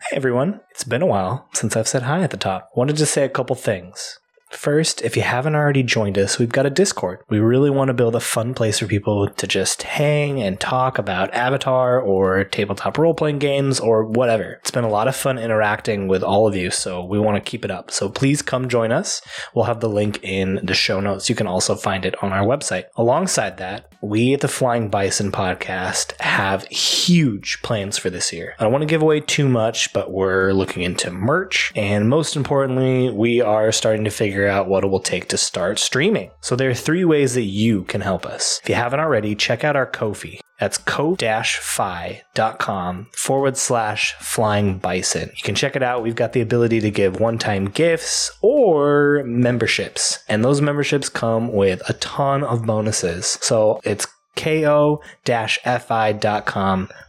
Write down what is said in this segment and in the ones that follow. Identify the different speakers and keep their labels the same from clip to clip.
Speaker 1: Hi, everyone. It's been a while since I've said hi at the top. Wanted to say a couple things. First, if you haven't already joined us, we've got a Discord. We really want to build a fun place for people to just hang and talk about Avatar or tabletop role playing games or whatever. It's been a lot of fun interacting with all of you, so we want to keep it up. So please come join us. We'll have the link in the show notes. You can also find it on our website. Alongside that, we at the Flying Bison podcast have huge plans for this year. I don't want to give away too much, but we're looking into merch. And most importantly, we are starting to figure out what it will take to start streaming. So there are three ways that you can help us. If you haven't already, check out our Ko-fi. That's co-fi.com forward slash flying bison. You can check it out. We've got the ability to give one-time gifts or memberships. And those memberships come with a ton of bonuses. So it's ko-fi.com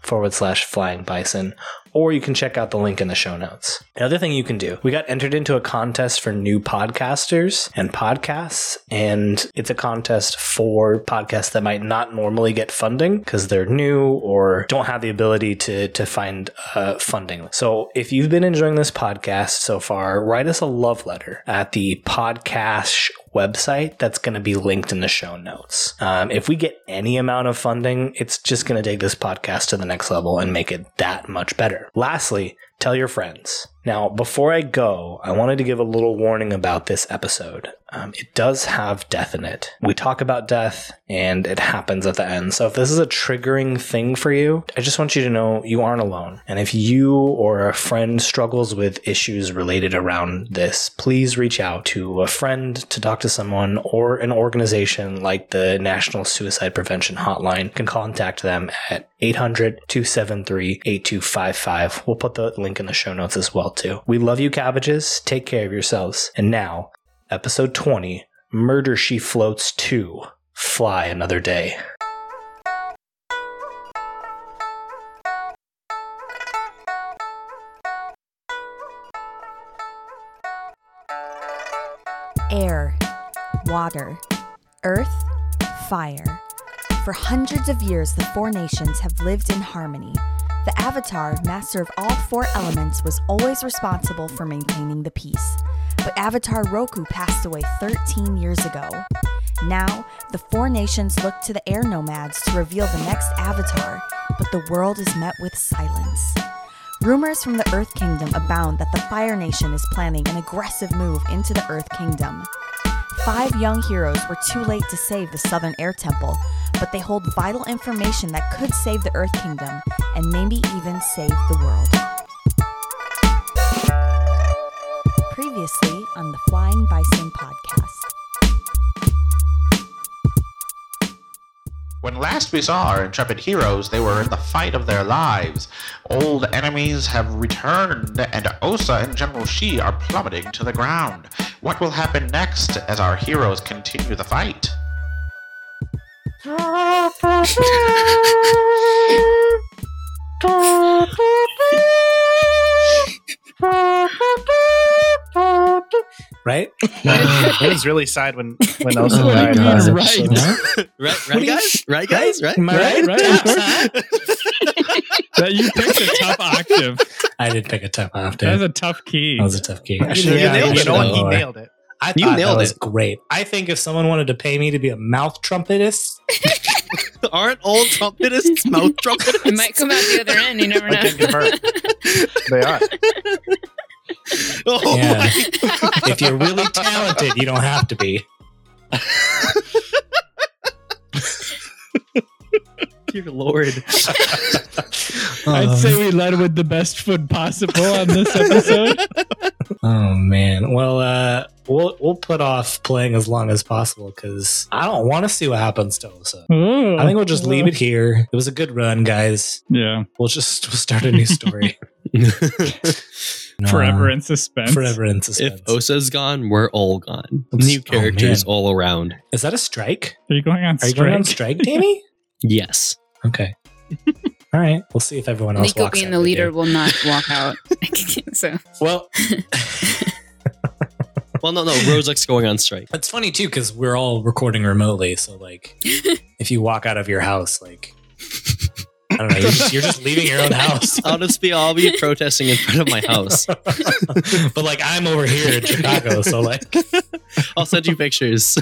Speaker 1: forward slash flying bison or you can check out the link in the show notes. Another thing you can do, we got entered into a contest for new podcasters and podcasts, and it's a contest for podcasts that might not normally get funding because they're new or don't have the ability to, to find uh, funding. So if you've been enjoying this podcast so far, write us a love letter at the podcast website that's going to be linked in the show notes. Um, if we get any amount of funding, it's just going to take this podcast to the next level and make it that much better. Lastly, tell your friends. Now, before I go, I wanted to give a little warning about this episode. Um, it does have death in it. We talk about death and it happens at the end. So if this is a triggering thing for you, I just want you to know you aren't alone. And if you or a friend struggles with issues related around this, please reach out to a friend to talk to someone or an organization like the National Suicide Prevention Hotline. You can contact them at 800 273 8255. We'll put the link in the show notes as well too. We love you cabbages. Take care of yourselves. And now, episode 20, Murder She Floats 2. Fly another day.
Speaker 2: air, water, earth, fire. For hundreds of years, the four nations have lived in harmony. The Avatar, master of all four elements, was always responsible for maintaining the peace. But Avatar Roku passed away 13 years ago. Now, the four nations look to the air nomads to reveal the next Avatar, but the world is met with silence. Rumors from the Earth Kingdom abound that the Fire Nation is planning an aggressive move into the Earth Kingdom. Five young heroes were too late to save the Southern Air Temple, but they hold vital information that could save the Earth Kingdom and maybe even save the world. Previously on the Flying Bison podcast.
Speaker 3: When last we saw our intrepid heroes, they were in the fight of their lives. Old enemies have returned, and Osa and General Shi are plummeting to the ground. What will happen next as our heroes continue the fight?
Speaker 1: Right?
Speaker 4: it was really sad when when Elsa
Speaker 5: my
Speaker 4: died.
Speaker 5: God.
Speaker 4: huh?
Speaker 6: Right,
Speaker 5: Right.
Speaker 1: What do
Speaker 6: right,
Speaker 1: you
Speaker 6: guys, right, guys, right.
Speaker 1: Am I
Speaker 4: Right,
Speaker 1: right?
Speaker 4: right.
Speaker 5: That you picked a tough octave.
Speaker 1: I did pick a tough off,
Speaker 5: That was
Speaker 1: dude.
Speaker 5: a tough key.
Speaker 1: That was a tough game. I
Speaker 4: You
Speaker 1: should've
Speaker 6: Yeah,
Speaker 1: given
Speaker 4: nailed
Speaker 1: it
Speaker 4: it. You know what? He
Speaker 1: more.
Speaker 4: nailed it.
Speaker 1: I
Speaker 6: You
Speaker 1: thought
Speaker 6: nailed
Speaker 1: that was
Speaker 6: it.
Speaker 1: great. I think if someone wanted to pay me to be a mouth trumpetist,
Speaker 6: Aren't all trumpetists mouth trumpetists?
Speaker 7: It might come out the other end. You never
Speaker 4: I can
Speaker 7: know.
Speaker 4: convert. They are.
Speaker 6: Oh
Speaker 1: Yeah.
Speaker 6: my
Speaker 1: if you're really talented, you don't have to be.
Speaker 6: dear lord.
Speaker 1: Oh,
Speaker 5: I'd say we led with the best foot possible on this episode.
Speaker 1: oh, man. Well, uh, we'll we'll put off playing as long as possible because I don't want to see what happens to Osa. I think we'll just leave it here. It was a good run, guys.
Speaker 5: Yeah,
Speaker 1: We'll just we'll start a new story. No.
Speaker 5: forever in suspense.
Speaker 1: Forever in suspense.
Speaker 6: If Osa's gone, we're all gone.
Speaker 1: Oops.
Speaker 6: New
Speaker 1: Oh,
Speaker 6: characters
Speaker 1: man.
Speaker 6: all around.
Speaker 1: Is that a strike?
Speaker 5: Are you going on
Speaker 1: Are you
Speaker 5: strike?
Speaker 1: going on strike, Danny?
Speaker 6: Yes.
Speaker 1: okay. All right. We'll see if everyone else
Speaker 7: Nico
Speaker 1: walks
Speaker 7: being
Speaker 1: out
Speaker 7: the
Speaker 1: with
Speaker 7: leader
Speaker 1: you.
Speaker 7: will not walk out. so
Speaker 1: Well,
Speaker 6: Well, no, no. Rozak's going on strike.
Speaker 1: it's funny too because we're all recording remotely. So like, if you walk out of your house, like,
Speaker 8: I don't know. You're just, you're just leaving your own house,
Speaker 6: I'll just be I'll be protesting in front of my house.
Speaker 8: but like I'm over here in Chicago, so like
Speaker 6: I'll send you pictures.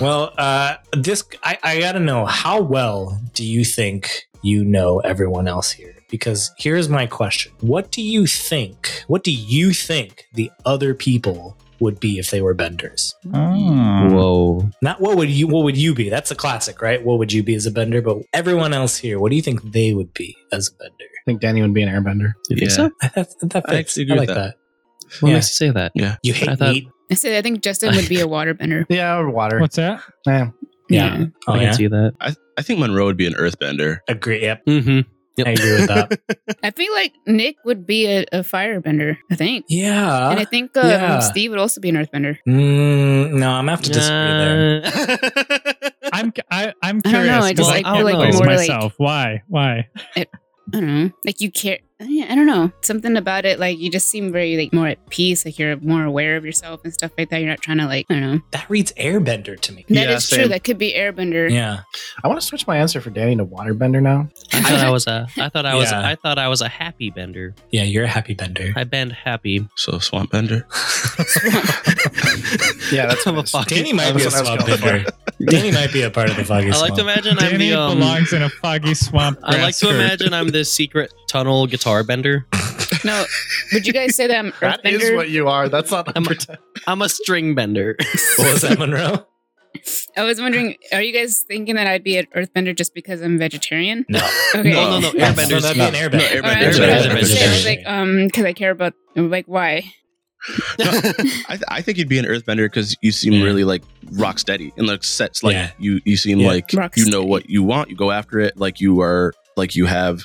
Speaker 1: Well, uh, this I, I gotta know how well do you think you know everyone else here? Because here's my question: What do you think? What do you think the other people would be if they were benders?
Speaker 5: Oh.
Speaker 6: Whoa.
Speaker 1: Not what would you what would you be? That's a classic, right? What would you be as a bender? But everyone else here, what do you think they would be as a bender?
Speaker 4: I think Danny would be an airbender.
Speaker 6: You think
Speaker 5: Yeah.
Speaker 6: so?
Speaker 1: that, that
Speaker 6: I
Speaker 1: fits. I,
Speaker 6: actually agree
Speaker 1: like
Speaker 6: with
Speaker 1: that.
Speaker 6: that. What
Speaker 1: Yeah.
Speaker 6: makes you say that?
Speaker 3: Yeah.
Speaker 1: You hate
Speaker 6: I thought-
Speaker 1: meat.
Speaker 7: I said I think Justin would be a waterbender.
Speaker 4: Yeah, or water.
Speaker 5: What's that?
Speaker 4: Yeah.
Speaker 1: Yeah. Oh,
Speaker 6: I can
Speaker 1: yeah.
Speaker 6: see that.
Speaker 9: I, I think Monroe would be an earthbender.
Speaker 1: Agree. Yep.
Speaker 6: Mm-hmm.
Speaker 1: I agree with that.
Speaker 7: I feel like Nick would be a, a firebender. I think,
Speaker 1: Yeah.
Speaker 7: and I think um,
Speaker 1: yeah.
Speaker 7: Steve would also be an earthbender.
Speaker 1: Mm, no, I'm gonna have to disagree there.
Speaker 5: I'm cu- I, I'm
Speaker 7: I don't
Speaker 5: curious.
Speaker 7: know, I just,
Speaker 5: because
Speaker 7: like,
Speaker 5: I
Speaker 6: feel like
Speaker 5: outplays
Speaker 7: more, like-
Speaker 5: myself. Why? Why?
Speaker 7: I don't know, like you care. I don't know something about it. Like you just seem very like more at peace. Like you're more aware of yourself and stuff like that. You're not trying to like I don't know.
Speaker 1: That reads airbender to me.
Speaker 7: That is
Speaker 6: Yeah,
Speaker 7: true.
Speaker 6: same.
Speaker 7: That could be airbender.
Speaker 1: Yeah.
Speaker 4: I want to switch my answer for Danny to waterbender now.
Speaker 6: I thought I was a I thought I was
Speaker 1: Yeah.
Speaker 6: I thought I was a happy bender.
Speaker 1: Yeah, you're a happy bender.
Speaker 6: I bend happy.
Speaker 9: So swamp bender.
Speaker 4: Yeah, that's
Speaker 6: I'm a
Speaker 4: what it is.
Speaker 6: fucking-
Speaker 1: Danny might be a
Speaker 4: That's what I was
Speaker 1: swamp
Speaker 4: going for.
Speaker 1: bender. Danny might be a part of the foggy
Speaker 6: I like
Speaker 1: swamp.
Speaker 6: to imagine I'm
Speaker 5: Danny
Speaker 6: the um,
Speaker 5: belongs in a foggy swamp.
Speaker 6: I like
Speaker 5: grass
Speaker 6: to
Speaker 5: skirt.
Speaker 6: imagine I'm the secret tunnel guitar bender.
Speaker 7: No, would you guys say that I'm
Speaker 4: That is
Speaker 7: earthbender?
Speaker 4: what you are. That's not
Speaker 6: I'm-
Speaker 4: pretend.
Speaker 6: I'm a string bender.
Speaker 1: what was that, Monroe?
Speaker 7: I was wondering, are you guys thinking that I'd be an earthbender just because I'm vegetarian?
Speaker 1: No.
Speaker 7: Okay.
Speaker 6: Oh, No, no, no. Airbenders.
Speaker 1: that'd be an airbender.
Speaker 9: No,
Speaker 7: All right, that's
Speaker 9: Airbenders
Speaker 7: what I
Speaker 6: are
Speaker 7: was gonna
Speaker 6: vegetarian.
Speaker 7: say. I was like, um, because I care about, like, why?
Speaker 9: No, I, th- I think you'd be an earthbender because you seem
Speaker 1: Yeah.
Speaker 9: really like rock steady and like sets. Like
Speaker 1: Yeah.
Speaker 9: you, you seem
Speaker 1: Yeah.
Speaker 9: like
Speaker 7: Rock
Speaker 9: you know what you want. You go after it. Like you are. Like you have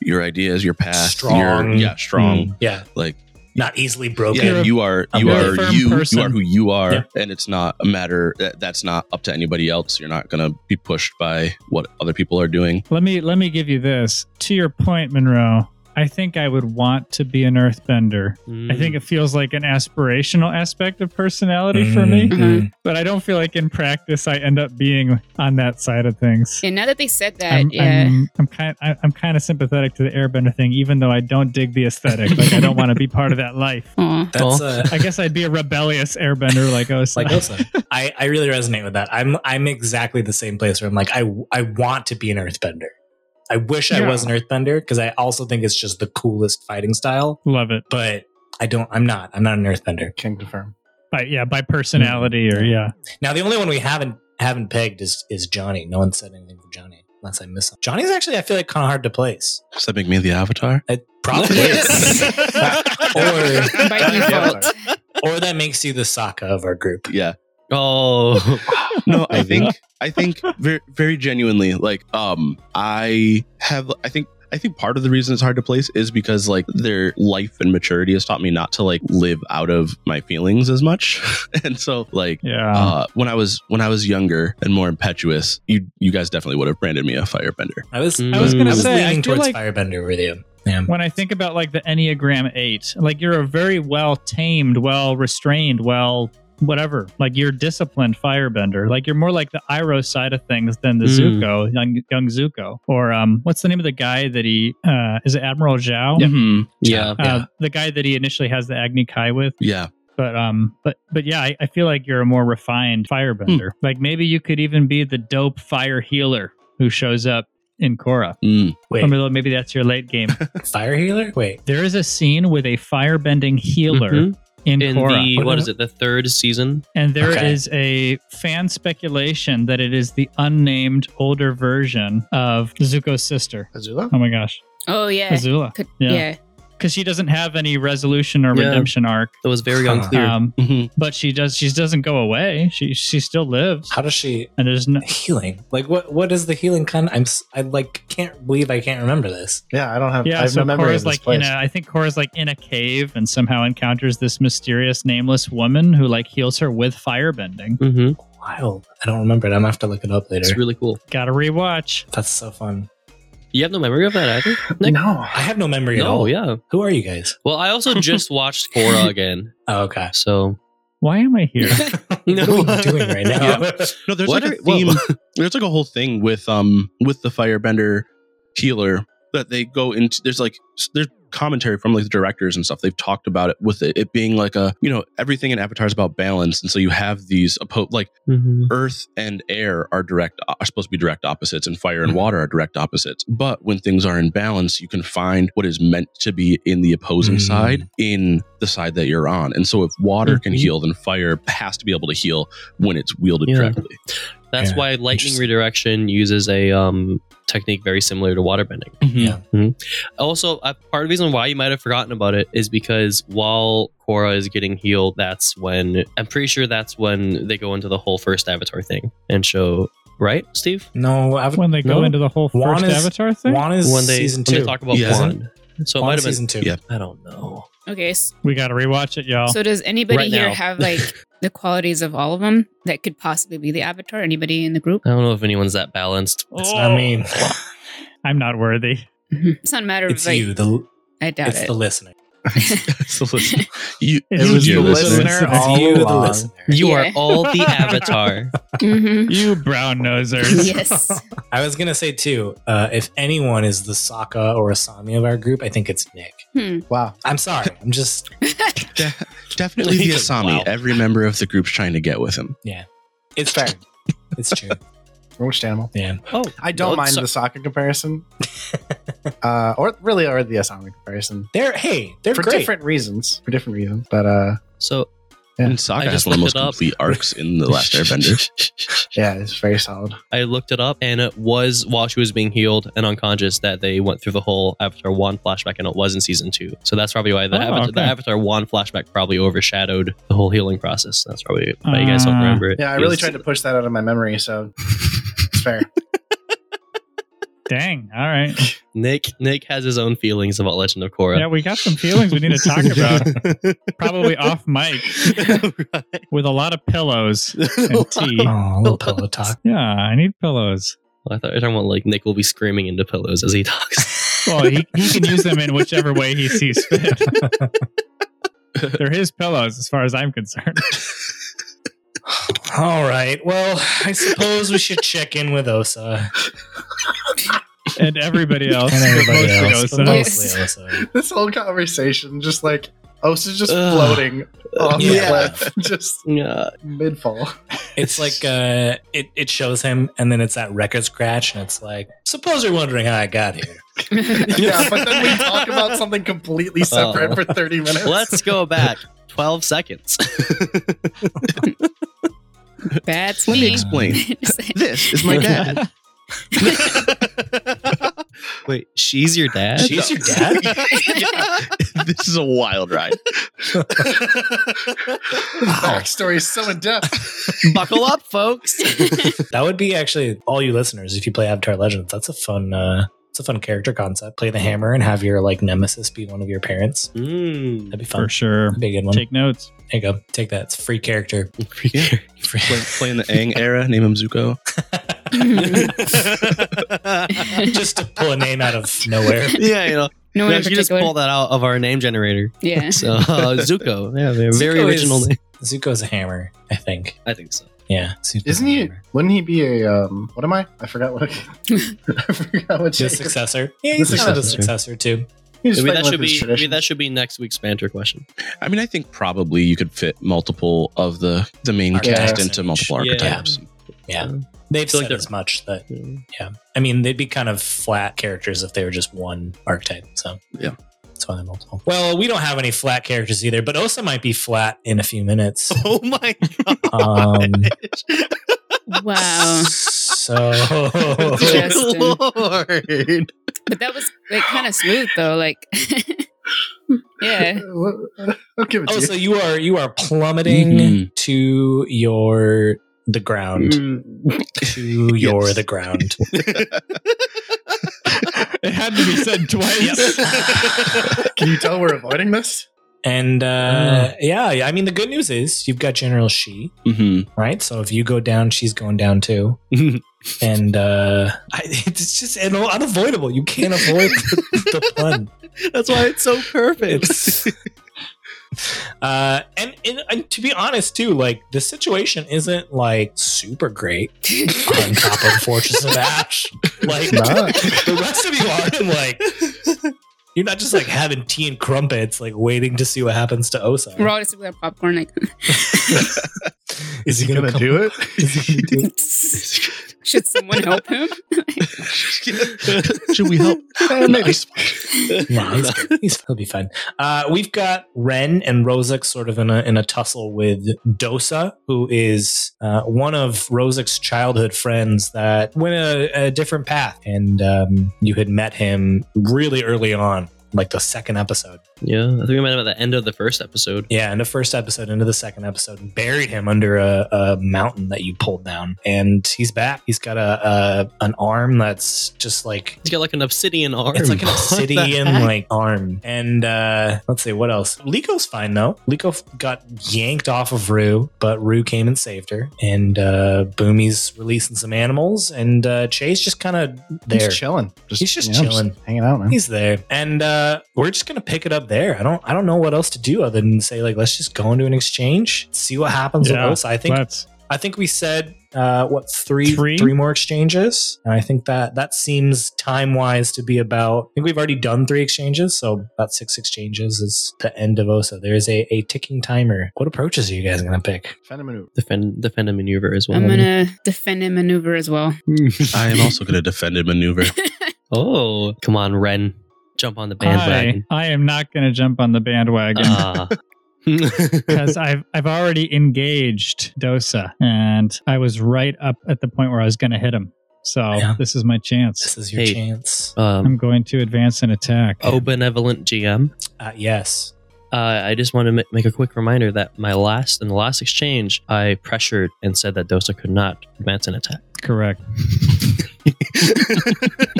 Speaker 9: your ideas, your path.
Speaker 1: Strong.
Speaker 9: Your, yeah, strong.
Speaker 1: Mm, yeah.
Speaker 9: Like
Speaker 1: Not easily broken.
Speaker 9: yeah, you are.
Speaker 1: a
Speaker 9: You
Speaker 1: very
Speaker 9: are
Speaker 5: firm
Speaker 9: you.
Speaker 5: person.
Speaker 9: You are who you are,
Speaker 1: Yeah.
Speaker 9: and it's not a matter that, that's not up to anybody else. You're not gonna be pushed by what other people are doing.
Speaker 5: Let me let me give you this. To your point, Monroe, I think I would want to be an earthbender. I
Speaker 6: Mm.
Speaker 5: think it feels like an aspirational aspect of
Speaker 1: Mm-hmm.
Speaker 5: personality for me,
Speaker 1: Mm,
Speaker 5: but I don't feel like in practice I end up being on that side of things.
Speaker 7: And now that they said that,
Speaker 5: I'm,
Speaker 7: yeah.
Speaker 5: I'm, I'm kind I, I'm kind of sympathetic to the airbender thing, even though I don't dig the aesthetic. Like I don't want to be part of that life.
Speaker 7: Aw.
Speaker 1: That's uh,
Speaker 5: I guess I'd be a rebellious airbender like Osa.
Speaker 1: like Wilson. I, I really resonate with that. I'm I'm exactly the same place where I'm like, I I want to be an earthbender. I wish I was an earthbender because I also think it's just the coolest fighting style,
Speaker 5: Love it.
Speaker 1: but I don't I'm not. I'm not an earthbender.
Speaker 4: Can confirm.
Speaker 5: By, yeah, by personality or yeah.
Speaker 1: Now the only one we haven't haven't pegged is is Johnny. No one said anything for Johnny unless I miss him. Johnny's actually I feel like kind of hard to place.
Speaker 9: Does that make me the avatar?
Speaker 1: It
Speaker 6: Mm.
Speaker 1: probably is. Or-
Speaker 7: By default.
Speaker 1: or that makes you the Sokka of our group.
Speaker 9: Yeah.
Speaker 6: oh,
Speaker 9: no i think i think very, very genuinely like um i have i think I think part of the reason it's hard to place is because like their life and maturity has taught me not to like live out of my feelings as much. and so like
Speaker 5: Yeah.
Speaker 9: uh when I was when I was younger and more impetuous, you you guys definitely would have branded me a firebender.
Speaker 1: I was
Speaker 6: I was gonna
Speaker 5: say, I
Speaker 1: leaning
Speaker 5: feel
Speaker 1: towards
Speaker 5: like-
Speaker 1: Firebender with you. Yeah.
Speaker 5: when I think about like the Enneagram 8, like you're a very well tamed, well restrained, well whatever. Like you're disciplined firebender. Like you're more like the Iroh side of things than the
Speaker 6: Mm.
Speaker 5: Zuko, young, young Zuko. Or um what's the name of the guy that he uh is it Admiral Zhao?
Speaker 9: Mhm.
Speaker 6: yeah.
Speaker 5: Uh,
Speaker 1: Yeah.
Speaker 5: the guy that he initially has the Agni Kai with,
Speaker 9: Yeah.
Speaker 5: but um, but but yeah, I, I feel like you're a more refined firebender. Like maybe you could even be the dope fire healer who shows up in Korra.
Speaker 9: Mm.
Speaker 1: Wait,
Speaker 5: Or maybe- maybe that's your late game
Speaker 1: fire healer? Wait.
Speaker 5: there is a scene with a firebending healer
Speaker 6: Mhm.
Speaker 5: in,
Speaker 6: In
Speaker 5: Korra.
Speaker 6: the what is it? The third season.
Speaker 5: And there is
Speaker 1: Okay.
Speaker 5: a fan speculation that it is the unnamed older version of Zuko's sister.
Speaker 4: Azula?
Speaker 5: Oh my gosh,
Speaker 7: Oh, yeah.
Speaker 5: Azula.
Speaker 7: Could-
Speaker 5: Yeah.
Speaker 7: yeah.
Speaker 5: Because she doesn't have any resolution or
Speaker 6: Yeah.
Speaker 5: redemption arc.
Speaker 6: That was very
Speaker 1: Huh.
Speaker 6: unclear.
Speaker 5: Um,
Speaker 9: Mhm.
Speaker 5: but she does. She doesn't go away. She she still lives.
Speaker 1: How does she
Speaker 5: And there's no.
Speaker 1: healing? Like what what is the healing kind? I'm s- I like can't believe I can't remember this.
Speaker 4: Yeah, I don't have. I
Speaker 5: Yeah,
Speaker 4: have
Speaker 5: so
Speaker 4: no memory of
Speaker 5: Korra's
Speaker 4: this
Speaker 5: like
Speaker 4: place.
Speaker 5: in a. I think Korra's like in a cave and somehow encounters this mysterious, nameless woman who like heals her with firebending.
Speaker 6: hmm
Speaker 1: Wild. I don't remember it. I'm gonna have to look it up later.
Speaker 6: It's really cool.
Speaker 5: Gotta rewatch.
Speaker 1: That's so fun.
Speaker 6: You have no memory of that either. Nick?
Speaker 4: no,
Speaker 1: I have no memory at
Speaker 6: No,
Speaker 1: all.
Speaker 6: yeah.
Speaker 1: Who are you guys?
Speaker 6: Well, I also just watched Korra again,
Speaker 1: Oh, okay.
Speaker 6: so
Speaker 5: Why am I here?
Speaker 1: what are we doing right now?
Speaker 9: No, there's
Speaker 3: What
Speaker 9: like a
Speaker 3: are- whoa.
Speaker 9: theme. there's like a whole thing with um with the firebender healer that they go into. There's like s- there's commentary from like the directors and stuff. They've talked about it with it, it being like a you know everything in Avatar is about balance, and so you have these oppo- like
Speaker 6: Mm-hmm.
Speaker 9: earth and air are direct are supposed to be direct opposites and fire
Speaker 3: Mm-hmm.
Speaker 9: and water are direct opposites but when things are in balance you can find what is meant to be in the opposing
Speaker 8: Mm.
Speaker 9: side in the side that you're on and so if water can
Speaker 3: Mm-hmm.
Speaker 8: Mhm.
Speaker 9: heal then fire has to be able to heal when it's wielded
Speaker 8: Yeah.
Speaker 9: correctly
Speaker 8: That's
Speaker 1: Yeah,
Speaker 8: why lightning
Speaker 1: interesting.
Speaker 8: redirection uses a um, technique very similar to waterbending.
Speaker 1: Yeah.
Speaker 8: Also, uh, part of the reason why you might have forgotten about it is because while Korra is getting healed, that's when I'm pretty sure that's when they go into the whole first Avatar thing and show. Right, Steve?
Speaker 1: No, I've,
Speaker 5: when they go
Speaker 8: No.
Speaker 5: into the whole first
Speaker 1: Juan is-
Speaker 5: Avatar thing,
Speaker 1: Juan is
Speaker 8: When they
Speaker 1: season
Speaker 8: when
Speaker 1: two.
Speaker 8: they talk about
Speaker 9: Yeah.
Speaker 8: Juan. So it
Speaker 1: Juan
Speaker 8: might have
Speaker 1: is
Speaker 8: been.
Speaker 1: season two.
Speaker 9: Yeah.
Speaker 8: I don't know.
Speaker 7: Okay, s-
Speaker 5: we got to rewatch it, y'all.
Speaker 7: so does anybody
Speaker 8: Right
Speaker 7: here
Speaker 8: now.
Speaker 7: have like the qualities of all of them that could possibly be the avatar? Anybody in the group?
Speaker 8: I don't know if anyone's that balanced.
Speaker 1: It's not me.
Speaker 5: Oh, I'm not worthy.
Speaker 7: Mm-hmm. It's not a matter of
Speaker 1: It's
Speaker 7: like
Speaker 1: you. The
Speaker 7: I doubt
Speaker 1: it's
Speaker 7: it.
Speaker 1: the listener.
Speaker 9: so listen, you,
Speaker 5: It
Speaker 9: you
Speaker 5: was
Speaker 9: do
Speaker 5: the
Speaker 9: this.
Speaker 5: listener.
Speaker 1: It's
Speaker 4: all
Speaker 1: you, the
Speaker 4: along.
Speaker 1: listener.
Speaker 8: You
Speaker 7: Yeah.
Speaker 8: are all the Avatar.
Speaker 7: Mhm.
Speaker 5: You brown nosers.
Speaker 7: yes.
Speaker 1: I was gonna say too. Uh, if anyone is the Sokka or Asami of our group, I think it's Nick.
Speaker 7: Hmm.
Speaker 4: Wow.
Speaker 1: I'm sorry. I'm just
Speaker 9: De- definitely the
Speaker 8: He's like,
Speaker 9: asami
Speaker 8: wow.
Speaker 9: every member of the group's trying to get with him
Speaker 1: It's fair. It's true.
Speaker 4: Roached animal.
Speaker 1: Yeah.
Speaker 8: Oh,
Speaker 4: I don't
Speaker 8: no,
Speaker 4: mind
Speaker 8: so-
Speaker 4: the soccer comparison, uh, or really, or the Asami comparison
Speaker 1: They're hey, they're
Speaker 4: for
Speaker 1: great.
Speaker 4: different reasons. For different reasons, but uh,
Speaker 8: So
Speaker 4: Yeah.
Speaker 9: and Sokka
Speaker 8: I
Speaker 9: has
Speaker 8: just
Speaker 9: one of the most
Speaker 8: looked it up.
Speaker 9: complete arcs in the last airbender
Speaker 4: yeah, it's very solid.
Speaker 8: I looked it up, and it was while she was being healed and unconscious that they went through the whole Avatar One flashback, and it was in season two. So that's probably why the,
Speaker 5: Oh,
Speaker 8: Avatar, the
Speaker 5: okay.
Speaker 8: Avatar One flashback probably overshadowed the whole healing process. That's probably why you guys don't
Speaker 5: Uh,
Speaker 8: remember it.
Speaker 4: Yeah, I really tried to push that out of my memory, so it's fair.
Speaker 5: Dang. All right.
Speaker 8: Nick Nick has his own feelings about Legend of Korra.
Speaker 5: Yeah, we got some feelings we need to talk about. Probably off mic
Speaker 8: Right.
Speaker 5: with a lot of pillows and tea.
Speaker 1: Oh, a little pillow talk.
Speaker 5: Yeah, I need pillows.
Speaker 8: I thought you were talking about like Nick will be screaming into pillows as he talks.
Speaker 5: Well, he, he can use them in whichever way he sees fit. They're his pillows, as far as I'm concerned.
Speaker 1: All right. Well, I suppose we should check in with Osa
Speaker 5: And everybody else.
Speaker 1: and everybody
Speaker 5: but mostly
Speaker 1: else, but
Speaker 5: Osa.
Speaker 1: mostly
Speaker 7: Yes.
Speaker 1: Osa.
Speaker 4: this whole conversation, just like Osa's just
Speaker 8: Ugh.
Speaker 4: floating off
Speaker 1: Yeah.
Speaker 4: the cliff, just
Speaker 8: Yeah.
Speaker 4: mid fall.
Speaker 1: It's like uh, it it shows him, and then it's that record scratch, and it's like, suppose you're wondering how I got here.
Speaker 4: yeah, but then we talk about something completely separate
Speaker 8: Oh.
Speaker 4: for thirty minutes.
Speaker 8: Let's go back 12 seconds.
Speaker 7: Bad
Speaker 9: let me
Speaker 8: E.
Speaker 7: me.
Speaker 9: explain this is my dad
Speaker 8: Wait, she's your dad?
Speaker 1: She's your dad.
Speaker 9: this is a wild ride.
Speaker 4: The backstory is so in depth.
Speaker 8: Buckle up, folks.
Speaker 1: That would be actually all you listeners if you play Avatar Legends. That's a fun. uh it's a fun character concept. Play the hammer and have your like nemesis be one of your parents.
Speaker 8: Hmm.
Speaker 1: That'd be fun.
Speaker 5: For sure.
Speaker 1: That'd be a good one.
Speaker 5: Take notes.
Speaker 1: there you go. Take that. It's a free character.
Speaker 9: Yeah. Play, play in the Aang era, name him Zuko.
Speaker 1: Just to pull a name out of nowhere.
Speaker 8: yeah, you know,
Speaker 7: no
Speaker 8: we
Speaker 7: one in
Speaker 8: actually just
Speaker 7: particular.
Speaker 8: pull that out of our name generator.
Speaker 7: yeah.
Speaker 8: So uh, Zuko, yeah, they're very
Speaker 1: Zuko
Speaker 8: original
Speaker 1: is-
Speaker 8: name.
Speaker 1: Zuko's a hammer, I think.
Speaker 8: I think so.
Speaker 1: Yeah. Zuko's
Speaker 4: Isn't
Speaker 1: a
Speaker 4: he?
Speaker 1: hammer.
Speaker 4: Wouldn't he be a um? What am I? I forgot what. I forgot what.
Speaker 1: The
Speaker 4: Jacob-
Speaker 1: successor. Yeah, he's
Speaker 4: The
Speaker 1: kind of a
Speaker 9: successor.
Speaker 1: successor too.
Speaker 4: he's fighting
Speaker 8: Maybe that
Speaker 4: with
Speaker 8: should
Speaker 4: his
Speaker 8: be maybe
Speaker 4: tradition.
Speaker 8: that should be next week's banter question.
Speaker 9: I mean, I think probably you could fit multiple of the the main
Speaker 1: Archetypes
Speaker 9: cast
Speaker 1: in
Speaker 9: into
Speaker 1: each.
Speaker 9: multiple
Speaker 8: Yeah.
Speaker 9: archetypes.
Speaker 1: Yeah. They've said
Speaker 8: feel like they're-
Speaker 1: as much that
Speaker 8: Yeah.
Speaker 1: I mean they'd be kind of flat characters if they were just one archetype. So
Speaker 9: Yeah.
Speaker 1: That's why they're multiple. Well, we don't have any flat characters either, but Osa might be flat in a few minutes.
Speaker 8: Oh my
Speaker 1: Um
Speaker 7: wow.
Speaker 1: so
Speaker 7: Justin.
Speaker 8: lord!
Speaker 7: But that was like kind of smooth though. Like, yeah.
Speaker 4: I'll give it
Speaker 1: Oh,
Speaker 4: to you.
Speaker 1: so you are you are plummeting
Speaker 8: Mm-hmm.
Speaker 9: Mhm.
Speaker 1: to your the ground.
Speaker 8: Mm.
Speaker 4: um,
Speaker 1: To your the ground.
Speaker 5: It had to be said twice.
Speaker 4: Can you tell we're avoiding this?
Speaker 1: And uh,
Speaker 8: Ah.
Speaker 1: yeah, yeah, I mean the good news is you've got General She,
Speaker 9: hmm
Speaker 1: right? So if you go down, she's going down too. and uh, I, it's just an, unavoidable. You can't avoid the, the pun.
Speaker 8: That's why it's so perfect.
Speaker 1: It's Uh, and, and and to be honest, too, like the situation isn't like super great on top of Fortress of Ash. Like the rest of you aren't and, like you're not just like having tea and crumpets, like waiting to see what happens to Osa.
Speaker 7: We're all just with our popcorn, like
Speaker 1: Is he
Speaker 4: gonna
Speaker 1: come-
Speaker 4: do it?
Speaker 1: Is he gonna do it?
Speaker 7: should someone help him?
Speaker 9: Should we help?
Speaker 1: Uh,
Speaker 4: Eh, maybe.
Speaker 1: No, he's, he's, he'll be fine. Uh, we've got Ren and Rozek sort of in a in a tussle with Dosa, who is uh, one of Rozek's childhood friends that went a, a different path, and um, you had met him really early on. Like the second episode.
Speaker 8: Yeah, I think we met him at the end of the first episode.
Speaker 1: Yeah, in the first episode into the second episode, and buried him under a, a mountain that you pulled down. And he's back. He's got a, a an arm that's just like
Speaker 8: He's got like an obsidian arm.
Speaker 1: It's like an
Speaker 8: What the
Speaker 1: obsidian
Speaker 8: heck?
Speaker 1: like arm. And uh let's see what else. Liko's fine though. Liko f- got yanked off of Rue, but Rue came and saved her. And uh Boomy's releasing some animals and uh Chase just kind of there.
Speaker 4: He's chilling.
Speaker 1: He's just chilling.
Speaker 4: hanging out, man.
Speaker 1: He's there. And uh we're just going to pick it up there. I don't I don't know what else to do other than say like let's just go into an exchange, see what happens
Speaker 5: Yeah,
Speaker 1: with us. I think
Speaker 5: Let's.
Speaker 1: I think we said uh, what three, three
Speaker 5: Three?
Speaker 1: more exchanges, and I think that that seems time wise to be about. I think we've already done three exchanges, so about six exchanges is the end of Osa. There's a, a ticking timer. What approaches are you guys gonna pick?
Speaker 4: Phenomenal.
Speaker 8: defend defend and maneuver as well.
Speaker 7: I'm gonna
Speaker 4: Um,
Speaker 7: defend and maneuver as well.
Speaker 9: I am also going to defend and maneuver.
Speaker 8: Oh, come on, Ren, jump on the
Speaker 5: I,
Speaker 8: bandwagon.
Speaker 5: I am not going to jump on the bandwagon.
Speaker 8: Ah.
Speaker 5: because I've I've already engaged Dosa, and I was right up at the point where I was going to hit him. So
Speaker 1: Yeah.
Speaker 5: this is my chance.
Speaker 1: This is your
Speaker 8: Hey.
Speaker 1: chance.
Speaker 8: um,
Speaker 5: I'm going to advance and attack.
Speaker 8: oh, benevolent GM.
Speaker 1: Uh, yes.
Speaker 8: Uh, I just want to ma- make a quick reminder that my last in the last exchange, I pressured and said that Dosa could not advance an attack.
Speaker 5: correct.
Speaker 1: I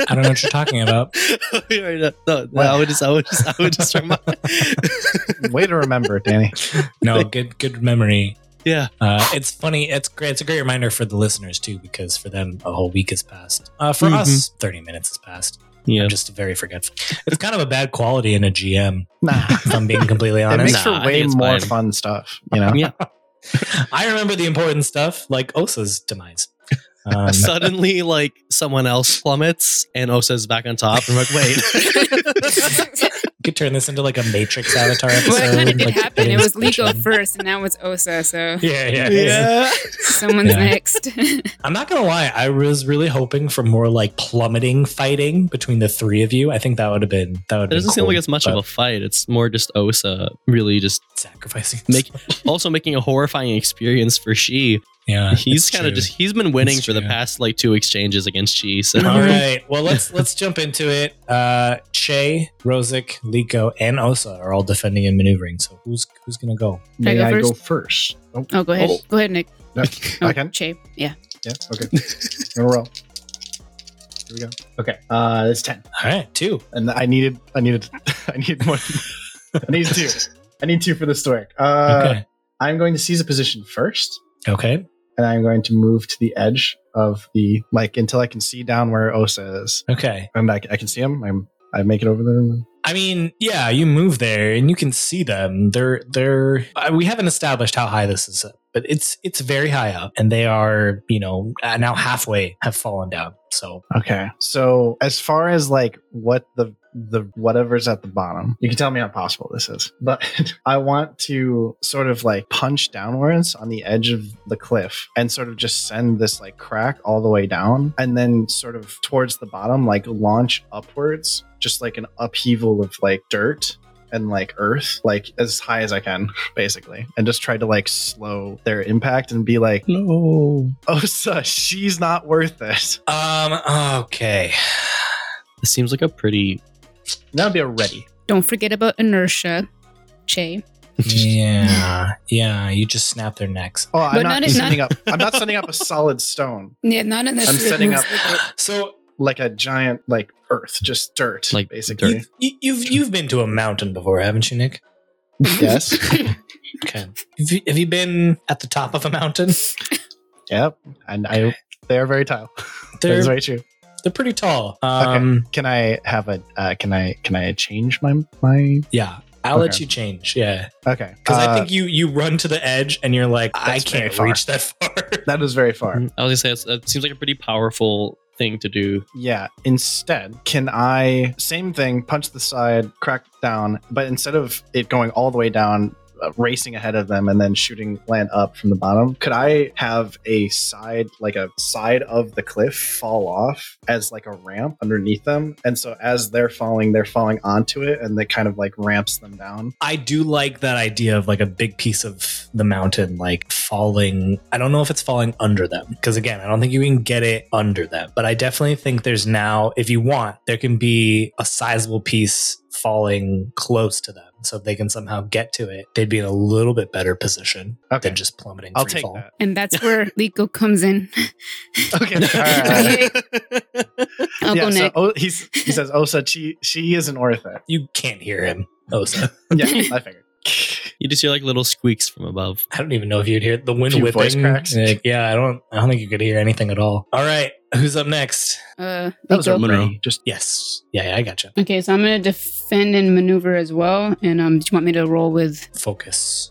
Speaker 1: don't know what you're talking about.
Speaker 8: Right, no, no, no, I would just, I would just, I would just remind.
Speaker 4: Way to remember, Danny.
Speaker 1: No, good good memory.
Speaker 8: yeah,
Speaker 1: Uh, it's funny. It's great. It's a great reminder for the listeners too, because for them a whole week has passed. Uh, for
Speaker 8: Mm-hmm.
Speaker 1: us, thirty minutes has passed.
Speaker 8: yeah.
Speaker 1: I'm just very forgetful. It's kind of a bad quality in a GM.
Speaker 4: Nah.
Speaker 1: If I'm being completely
Speaker 4: It
Speaker 1: honest.
Speaker 4: makes
Speaker 8: Nah, I
Speaker 4: for
Speaker 8: think
Speaker 4: way
Speaker 8: it's
Speaker 4: more
Speaker 8: fine.
Speaker 4: fun stuff, you know?
Speaker 1: I remember the important stuff, like Osa's demise. Um,
Speaker 8: Suddenly, like someone else plummets and Osa's back on top. I'm like, wait.
Speaker 1: could turn this into like a Matrix Avatar episode.
Speaker 7: Well, it kind of did
Speaker 1: like,
Speaker 7: happen. It
Speaker 1: is
Speaker 7: was Lego
Speaker 1: fiction.
Speaker 7: first, and now it's Osa. So
Speaker 1: Yeah, yeah, yeah.
Speaker 7: someone's
Speaker 1: Yeah.
Speaker 7: next.
Speaker 1: I'm not gonna lie. I was really hoping for more like plummeting fighting between the three of you. I think that would have been that would.
Speaker 8: It doesn't seem like it's much of a fight. It's more just Osa really just
Speaker 1: a sacrificing.
Speaker 8: make also making a horrifying experience for She.
Speaker 9: Uh,
Speaker 1: yeah,
Speaker 8: He's
Speaker 1: it's
Speaker 8: kind of
Speaker 1: true.
Speaker 8: just he's been winning
Speaker 1: It's
Speaker 8: for the
Speaker 1: true.
Speaker 8: past like two exchanges against She. So
Speaker 1: All right. Well, let's let's jump into it. Uh Che, Rosic, Liko, and Osa are all defending and maneuvering. So who's who's gonna go?
Speaker 4: May
Speaker 7: go
Speaker 4: I go
Speaker 7: first?
Speaker 4: first? Oh,
Speaker 7: oh, go ahead.
Speaker 4: Oh.
Speaker 7: Go ahead, Nick.
Speaker 4: no.
Speaker 7: Oh,
Speaker 4: I can?
Speaker 7: Che. Yeah.
Speaker 4: Yeah, okay. I'm gonna roll. Here we go. Okay, uh, it's 10.
Speaker 1: All right, two.
Speaker 4: And I needed, I needed, I need more. I need two. I need two for this story. Uh,
Speaker 1: Okay.
Speaker 4: I'm going to seize a position first,
Speaker 1: Okay.
Speaker 4: and I'm going to move to the edge of the, like, until I can see down where Osa is.
Speaker 1: Okay.
Speaker 4: And I, I can see him. I'm, I make it over there. and then-
Speaker 1: I mean, yeah, you move there and you can see them. They're they're I- we haven't established how high this is, but it's it's very high up, and they are you know uh, now halfway have fallen down. So
Speaker 4: Okay. So as far as like what the the whatever's at the bottom, you can tell me how possible this is. But I want to sort of like punch downwards on the edge of the cliff and sort of just send this like crack all the way down and then sort of towards the bottom, like launch upwards, just like an upheaval of like dirt and like earth, like as high as I can, basically. And just try to like slow their impact and be like,
Speaker 9: no.
Speaker 4: oh, she's not worth it.
Speaker 1: um okay,
Speaker 8: this seems like a pretty
Speaker 4: That'd be a ready.
Speaker 7: Don't forget about inertia, Che.
Speaker 1: yeah yeah, you just snap their necks.
Speaker 4: Oh, I'm
Speaker 7: But
Speaker 4: not,
Speaker 7: not if-
Speaker 4: setting up. I'm not setting up a solid stone
Speaker 7: Yeah, not in the.
Speaker 4: I'm setting up-
Speaker 1: So
Speaker 4: like a giant like earth, just dirt,
Speaker 8: Like
Speaker 4: like basically.
Speaker 8: dirt.
Speaker 1: you, you've you've been to a mountain before, haven't you, Nick?
Speaker 4: Yes.
Speaker 1: Okay. Have you, have you been at the top of a mountain?
Speaker 4: Yep. And I, they are very tall.
Speaker 1: They're
Speaker 4: That's very true.
Speaker 1: they're pretty tall. Um,
Speaker 4: Can I have a? Uh, can I? Can I change my my?
Speaker 1: Yeah. I'll let
Speaker 4: Okay.
Speaker 1: you change. Yeah,
Speaker 4: Okay.
Speaker 1: because
Speaker 4: Uh,
Speaker 1: I think you you run to the edge and you're like, I
Speaker 4: That's very
Speaker 1: can't
Speaker 4: far.
Speaker 1: reach that far.
Speaker 4: that is very far.
Speaker 8: I was gonna say that seems like a pretty powerful thing to do.
Speaker 4: Yeah. Instead, can I same thing, punch the side, crack down, but instead of it going all the way down, uh, racing ahead of them and then shooting land up from the bottom, could I have a side like a side of the cliff fall off as like a ramp underneath them? And so as they're falling, they're falling onto it and that kind of like ramps them down.
Speaker 1: I do like that idea of like a big piece of the mountain like falling. I don't know if it's falling under them because again, I don't think you can get it under them. But I definitely think there's now, if you want, there can be a sizable piece falling close to them. So if they can somehow get to it, they'd be in a little bit better position
Speaker 4: Okay.
Speaker 1: than just plummeting.
Speaker 4: I'll
Speaker 1: free
Speaker 4: take
Speaker 1: fall.
Speaker 4: that.
Speaker 7: And that's where Lico comes in.
Speaker 4: Okay. All right.
Speaker 7: I'll go
Speaker 4: yeah, so oh. o-
Speaker 7: next.
Speaker 4: he's, he says, Osa, she, she is an ortho.
Speaker 1: You can't hear him. Oh, so
Speaker 4: Yeah, I figured.
Speaker 8: You just hear like little squeaks from above.
Speaker 1: I don't even know if you'd hear the wind
Speaker 4: Few
Speaker 1: whipping.
Speaker 4: voice cracks.
Speaker 1: Like, yeah, I don't. I don't think you could hear anything at all. All right, who's up next?
Speaker 7: Uh,
Speaker 4: That was a
Speaker 7: Lico.
Speaker 9: Monroe.
Speaker 4: ray, Just
Speaker 1: Yes. Yeah, yeah I got you.
Speaker 7: Okay, so I'm gonna defend and maneuver as well. And um, do you want me to roll with?
Speaker 1: Focus.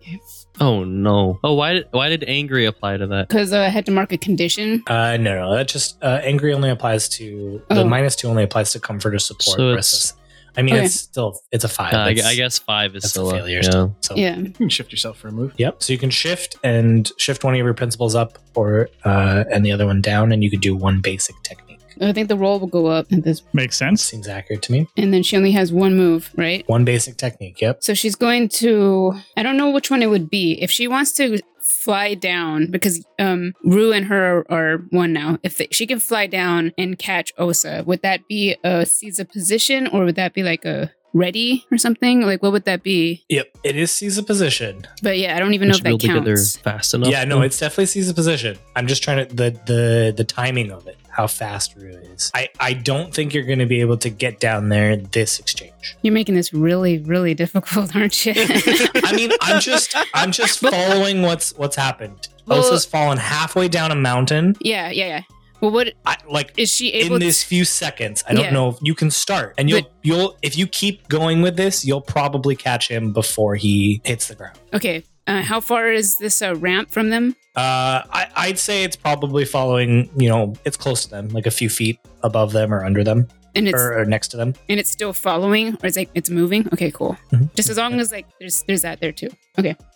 Speaker 8: Oh no! Oh, why did why did angry apply to that?
Speaker 7: Because uh, I had to mark a condition.
Speaker 1: Uh, no, no, that just uh, angry only applies to the
Speaker 7: Oh.
Speaker 1: minus two only applies to comfort or support.
Speaker 8: So
Speaker 1: So
Speaker 8: it's-
Speaker 1: I mean,
Speaker 7: Okay.
Speaker 1: it's still it's a five.
Speaker 8: Uh, I, gu-
Speaker 1: It's-
Speaker 8: I guess five is
Speaker 1: that's
Speaker 8: still
Speaker 1: a
Speaker 8: up,
Speaker 1: failure.
Speaker 8: yeah.
Speaker 1: Still, so
Speaker 7: Yeah.
Speaker 4: you can shift yourself for a move.
Speaker 1: Yep. So you can shift and shift one of your principles up, or uh, and the other one down, and you could do one basic technique.
Speaker 7: I think the roll will go up at this,
Speaker 5: Makes sense.
Speaker 1: Seems accurate to me.
Speaker 7: and then she only has one move, right?
Speaker 1: One basic technique. Yep.
Speaker 7: So she's going to. I don't know which one it would be. If she wants to fly down, because um, Rue and her are, are one now. If they, she can fly down and catch Osa, would that be a seize a position, or would that be like a ready or something? Like what would that be?
Speaker 1: Yep. It is seize a position.
Speaker 7: But yeah, I don't even
Speaker 8: We
Speaker 7: know if
Speaker 8: should be
Speaker 7: that
Speaker 8: able to get there
Speaker 7: counts.
Speaker 8: fast enough.
Speaker 1: Yeah, no, it's definitely sees a position. I'm just trying to the the the timing of it, how fast Rue is. I I don't think you're going to be able to get down there this exchange.
Speaker 7: You're making this really, really difficult, aren't you?
Speaker 1: I mean, I'm just I'm just following what's what's happened.
Speaker 7: Well-
Speaker 1: Osa's fallen halfway down a mountain.
Speaker 7: yeah, yeah, yeah. Well, what
Speaker 1: I, like
Speaker 7: is she able?
Speaker 1: in this few seconds, I don't
Speaker 7: Yeah.
Speaker 1: know if you can start, and you'll
Speaker 7: But-
Speaker 1: you'll if you keep going with this, you'll probably catch him before he hits the ground.
Speaker 7: to, okay, uh, how far is this uh, ramp from them?
Speaker 1: Uh, I, I'd say it's probably following. You know, it's close to them, like a few feet above them or under them
Speaker 7: And it's
Speaker 1: or, or next to them.
Speaker 7: and it's still following, or it's like it's moving. Okay, cool.
Speaker 1: Mhm.
Speaker 7: Just as long as like there's there's that there too.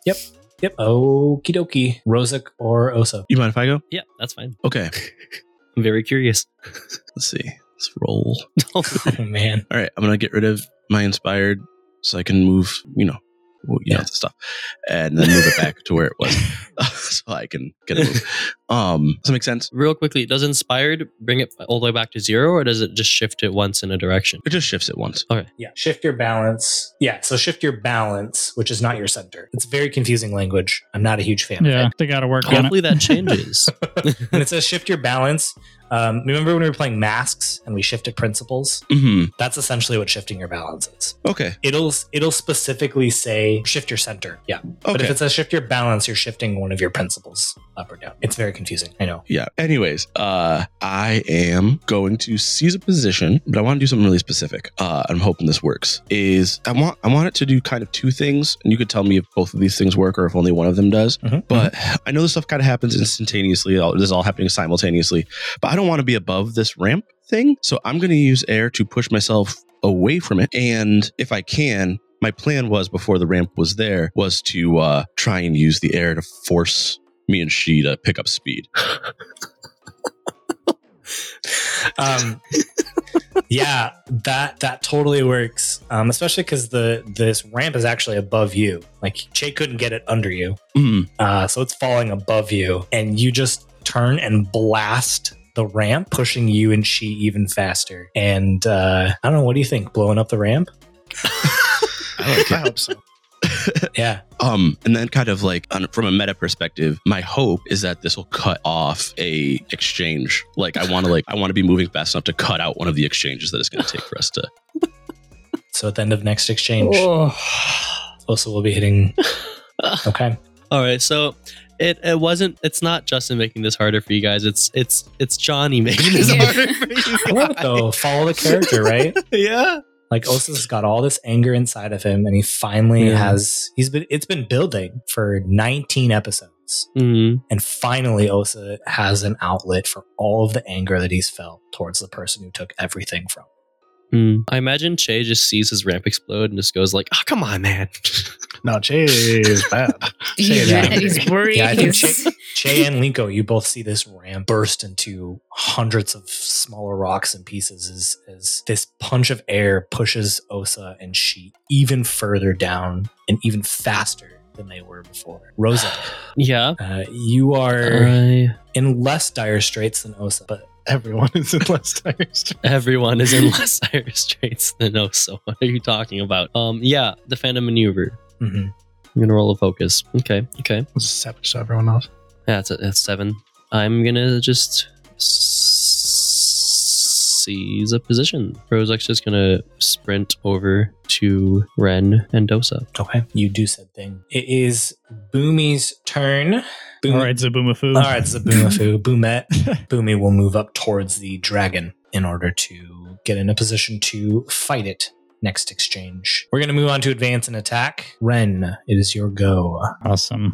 Speaker 1: Yep. Okie dokie. Rosic or Osa.
Speaker 9: You mind if I go?
Speaker 8: yeah, that's fine.
Speaker 9: Okay.
Speaker 8: I'm very curious.
Speaker 9: Let's see. Let's roll.
Speaker 1: Oh, man.
Speaker 9: All right, I'm gonna get rid of my inspired so I can move, you know, well, you know
Speaker 1: Yeah.
Speaker 9: the stuff, and then move it back to where it was, so I can get a move. Um, does that make sense?
Speaker 8: Real quickly, does inspired bring it all the way back to zero, or does it just shift it once in a direction?
Speaker 9: It just shifts it once.
Speaker 1: Yeah. Shift your balance. Yeah. So shift your balance, which is not your center. It's very confusing language. I'm not a huge fan
Speaker 5: Yeah,
Speaker 1: of
Speaker 5: they got to work on it.
Speaker 8: Hopefully that changes.
Speaker 1: it. When it says shift your balance, um, remember when we were playing masks and we shifted principles?
Speaker 9: hmm
Speaker 1: That's essentially what shifting your balance is.
Speaker 9: Okay.
Speaker 1: It'll it'll specifically say shift your center. Yeah. But if
Speaker 9: Okay.
Speaker 1: it says shift your balance, you're shifting one of your principles up or down. It's very confusing. I know.
Speaker 9: Yeah. Anyways, uh, I am going to seize a position, but I want to do something really specific. Uh, I'm hoping this works. Is I want I want it to do kind of two things, and you could tell me if both of these things work or if only one of them does.
Speaker 1: Mhm.
Speaker 9: But I know this stuff kind of happens instantaneously. All- This is all happening simultaneously. But I don't want to be above this ramp thing. So I'm going to use air to push myself away from it. And if I can, my plan was before the ramp was there was to uh, try and use the air to force me and she to pick up speed.
Speaker 1: um, yeah, that that totally works. Um, especially because the this ramp is actually above you. Like Che couldn't get it under you,
Speaker 9: Mm,
Speaker 1: uh, so it's falling above you, and you just turn and blast the ramp, pushing you and she even faster. And uh, I don't know, what do you think? Blowing up the ramp?
Speaker 9: I like
Speaker 4: I
Speaker 9: it.
Speaker 4: hope so.
Speaker 1: Yeah,
Speaker 9: Um, and then kind of like on, from a meta perspective, my hope is that this will cut off a exchange. Like I want to like I want to be moving fast enough to cut out one of the exchanges that it's going to take for us to.
Speaker 1: so at the end of next exchange, also we'll be hitting. Okay,
Speaker 8: All right, so it, it wasn't. It's not Justin making this harder for you guys. It's it's it's Johnny making this
Speaker 7: Yeah.
Speaker 8: harder.
Speaker 1: I love it though. Follow the character, right?
Speaker 6: yeah.
Speaker 1: Like Osa's got all this anger inside of him, and he finally
Speaker 8: Yeah.
Speaker 1: has. He's been. It's been building for 19 episodes,
Speaker 8: Mhm.
Speaker 1: and finally Osa has an outlet for all of the anger that he's felt towards the person who took everything from. him.
Speaker 8: Mm. I imagine Che just sees his ramp explode and just goes like, "Oh, come on, man!"
Speaker 4: No, jeez, bad. Say
Speaker 7: He's,
Speaker 1: that.
Speaker 7: mad, he's worried.
Speaker 1: Yeah, I think
Speaker 7: he's-
Speaker 1: Che and Linko, you both see this ram burst into hundreds of smaller rocks and pieces as, as this punch of air pushes Osa and she even further down and even faster than they were before. Rosa,
Speaker 8: "Ah, yeah,
Speaker 1: uh, you are
Speaker 8: I-
Speaker 1: in less dire straits than Osa, but
Speaker 4: Everyone is in less tires.
Speaker 8: everyone is in less dire straits than Oso. What are you talking about? Um, yeah, the Phantom Maneuver.
Speaker 1: mhm.
Speaker 8: I'm gonna roll a focus. Okay, okay.
Speaker 4: It's savage to everyone else.
Speaker 8: That's a, that's seven. I'm gonna just s- seize a position. Rozak's just gonna sprint over to Ren and Dosa.
Speaker 1: okay, you do said thing. It is Boomy's turn. Boom-
Speaker 5: All right, Zabumafu.
Speaker 1: All right, Zabumafu, Boomet. Boomy will move up towards the dragon in order to get in a position to fight it next exchange. We're going to move on to advance and attack. Ren, it is your go.
Speaker 5: Awesome.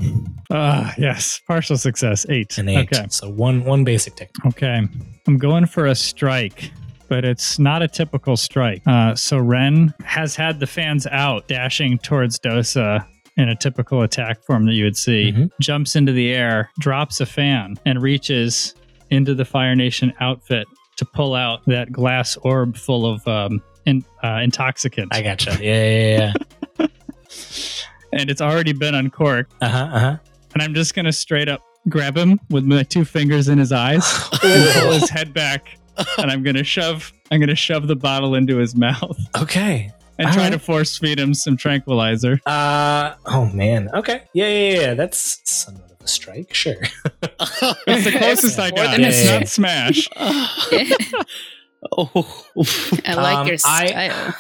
Speaker 5: Ah, yes. Partial success. Eight.
Speaker 1: An eight.
Speaker 5: Okay.
Speaker 1: So one one basic tick.
Speaker 5: Okay. I'm going for a strike, but it's not a typical strike. Uh, so Ren has had the fans out, dashing towards Dosa in a typical attack form that you would see.
Speaker 1: Mhm.
Speaker 5: Jumps into the air, drops a fan, and reaches into the Fire Nation outfit to pull out that glass orb full of um, in, uh, intoxicants.
Speaker 1: I gotcha. Yeah, yeah, yeah.
Speaker 5: and it's already been uncorked.
Speaker 1: Uh huh, uh huh.
Speaker 5: And I'm just going to straight up grab him with my two fingers in his eyes. and
Speaker 1: uh-huh.
Speaker 5: pull his head back, and I'm gonna shove. I'm gonna shove the bottle into his mouth
Speaker 1: Okay.
Speaker 5: and
Speaker 1: All
Speaker 5: try
Speaker 1: right.
Speaker 5: to force feed him some tranquilizer.
Speaker 1: Uh oh man. Okay. Yeah, yeah, yeah. That's somewhat of a strike. Sure.
Speaker 5: It's the closest I
Speaker 7: More
Speaker 5: got.
Speaker 7: than
Speaker 1: a
Speaker 5: It's
Speaker 1: strike.
Speaker 5: not smash.
Speaker 8: oh,
Speaker 7: I like
Speaker 1: Um,
Speaker 7: your
Speaker 1: I-
Speaker 7: style.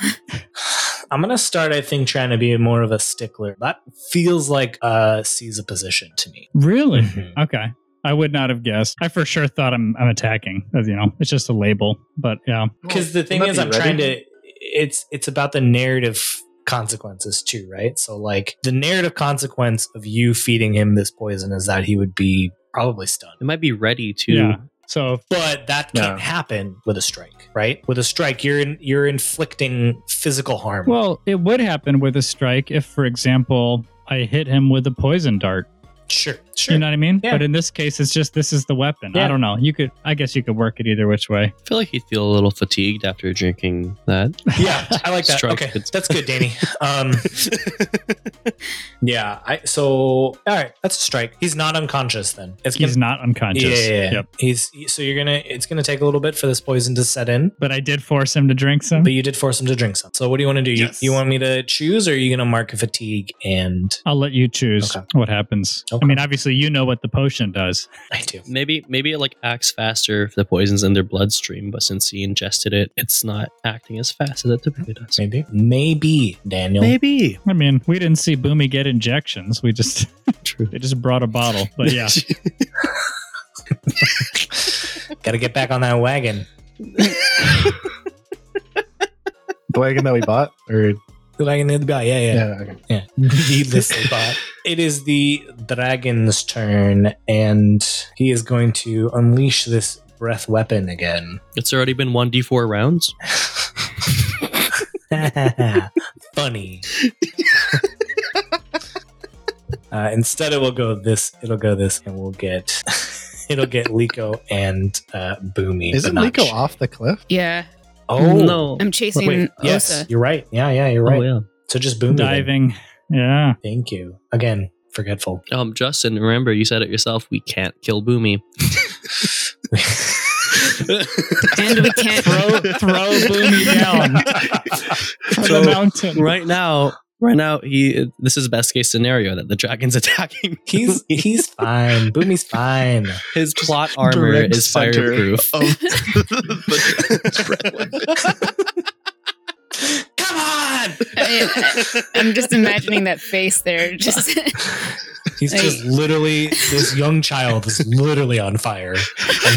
Speaker 1: I'm gonna start, I think, trying to be more of a stickler. That feels like a seize a position to me.
Speaker 5: Really?
Speaker 1: Mhm.
Speaker 5: Okay. I would not have guessed. I for sure thought I'm, I'm attacking. As you know, it's just a label. But yeah,
Speaker 1: because the thing
Speaker 4: Well,
Speaker 1: is
Speaker 4: that'd
Speaker 1: i'm
Speaker 4: be
Speaker 1: trying
Speaker 4: ready.
Speaker 1: to it's it's about the narrative consequences too right so like the narrative consequence of you feeding him this poison is that he would be probably stunned
Speaker 8: it might be ready to.
Speaker 5: yeah. So
Speaker 1: but that can't happen with a strike right with a strike you're in, you're inflicting physical harm
Speaker 5: well, it would happen with a strike if, for example, I hit him with a poison dart.
Speaker 1: sure sure
Speaker 5: You know what I mean?
Speaker 1: Yeah.
Speaker 5: But in this case, it's just this is the weapon.
Speaker 1: Yeah.
Speaker 5: I don't know. You could, I guess, you could work it either which way.
Speaker 8: I feel like he'd feel a little fatigued after drinking that.
Speaker 1: yeah i like that
Speaker 8: Strike.
Speaker 1: okay that's good danny um yeah i so all right that's a strike he's not unconscious then it's
Speaker 5: He's
Speaker 1: gonna,
Speaker 5: not unconscious.
Speaker 1: yeah, yeah, yeah.
Speaker 5: Yep.
Speaker 1: he's so you're gonna it's gonna take a little bit for this poison to set in
Speaker 5: But I did force him to drink some.
Speaker 1: But you did force him to drink some. So what do you want to do? You-
Speaker 5: Mm-hmm. Yes.
Speaker 1: You, want me to choose, or are you going to mark a fatigue? And
Speaker 5: I'll let you choose
Speaker 1: Okay.
Speaker 5: what happens.
Speaker 1: Okay.
Speaker 5: I mean, obviously, you know what the potion does.
Speaker 1: I do.
Speaker 8: Maybe maybe it like acts faster if the poison's in their bloodstream, but since he ingested it, it's not acting as fast as it typically does.
Speaker 1: Maybe, maybe Daniel.
Speaker 8: Maybe.
Speaker 5: I mean, we didn't see Boomy get injections. We just
Speaker 8: True.
Speaker 5: they just brought a bottle. But yeah,
Speaker 1: Got to get back on that wagon.
Speaker 4: The wagon that we bought, or
Speaker 1: The wagon in the back. Yeah, yeah,
Speaker 4: yeah, okay.
Speaker 1: yeah. Needlessly bought. It is the dragon's turn, and he is going to unleash this breath weapon again.
Speaker 8: It's already been one d four rounds.
Speaker 1: Funny. uh, instead, it will go this. It'll go this, and we'll get. It'll get Liko and uh, Boomy. but
Speaker 4: isn't
Speaker 1: not
Speaker 4: Nico
Speaker 1: Sh-
Speaker 4: off the cliff?
Speaker 7: yeah,
Speaker 1: Oh
Speaker 8: no.
Speaker 7: I'm chasing
Speaker 1: Wait, yes,
Speaker 7: Osa.
Speaker 1: you're right. Yeah, yeah, you're right.
Speaker 8: Oh yeah.
Speaker 1: So just Boomy. then.
Speaker 5: diving. Yeah,
Speaker 1: Thank you again. Forgetful.
Speaker 8: Um, Justin, remember you said it yourself. We can't kill Boomy.
Speaker 7: and we can't.
Speaker 5: throw throw Boomy down from
Speaker 8: So-
Speaker 5: the mountain.
Speaker 8: right now, right now, he. This is best case scenario that the dragon's attacking.
Speaker 1: He's he's fine. Boomy's fine.
Speaker 8: His plot armor
Speaker 9: direct
Speaker 8: is
Speaker 9: center Oh, um,
Speaker 8: fireproof.
Speaker 9: of the-
Speaker 1: Come
Speaker 9: Come on.
Speaker 7: I- I'm just imagining that face there. Just
Speaker 1: He's
Speaker 7: Like-
Speaker 1: just literally this young child is literally on fire, and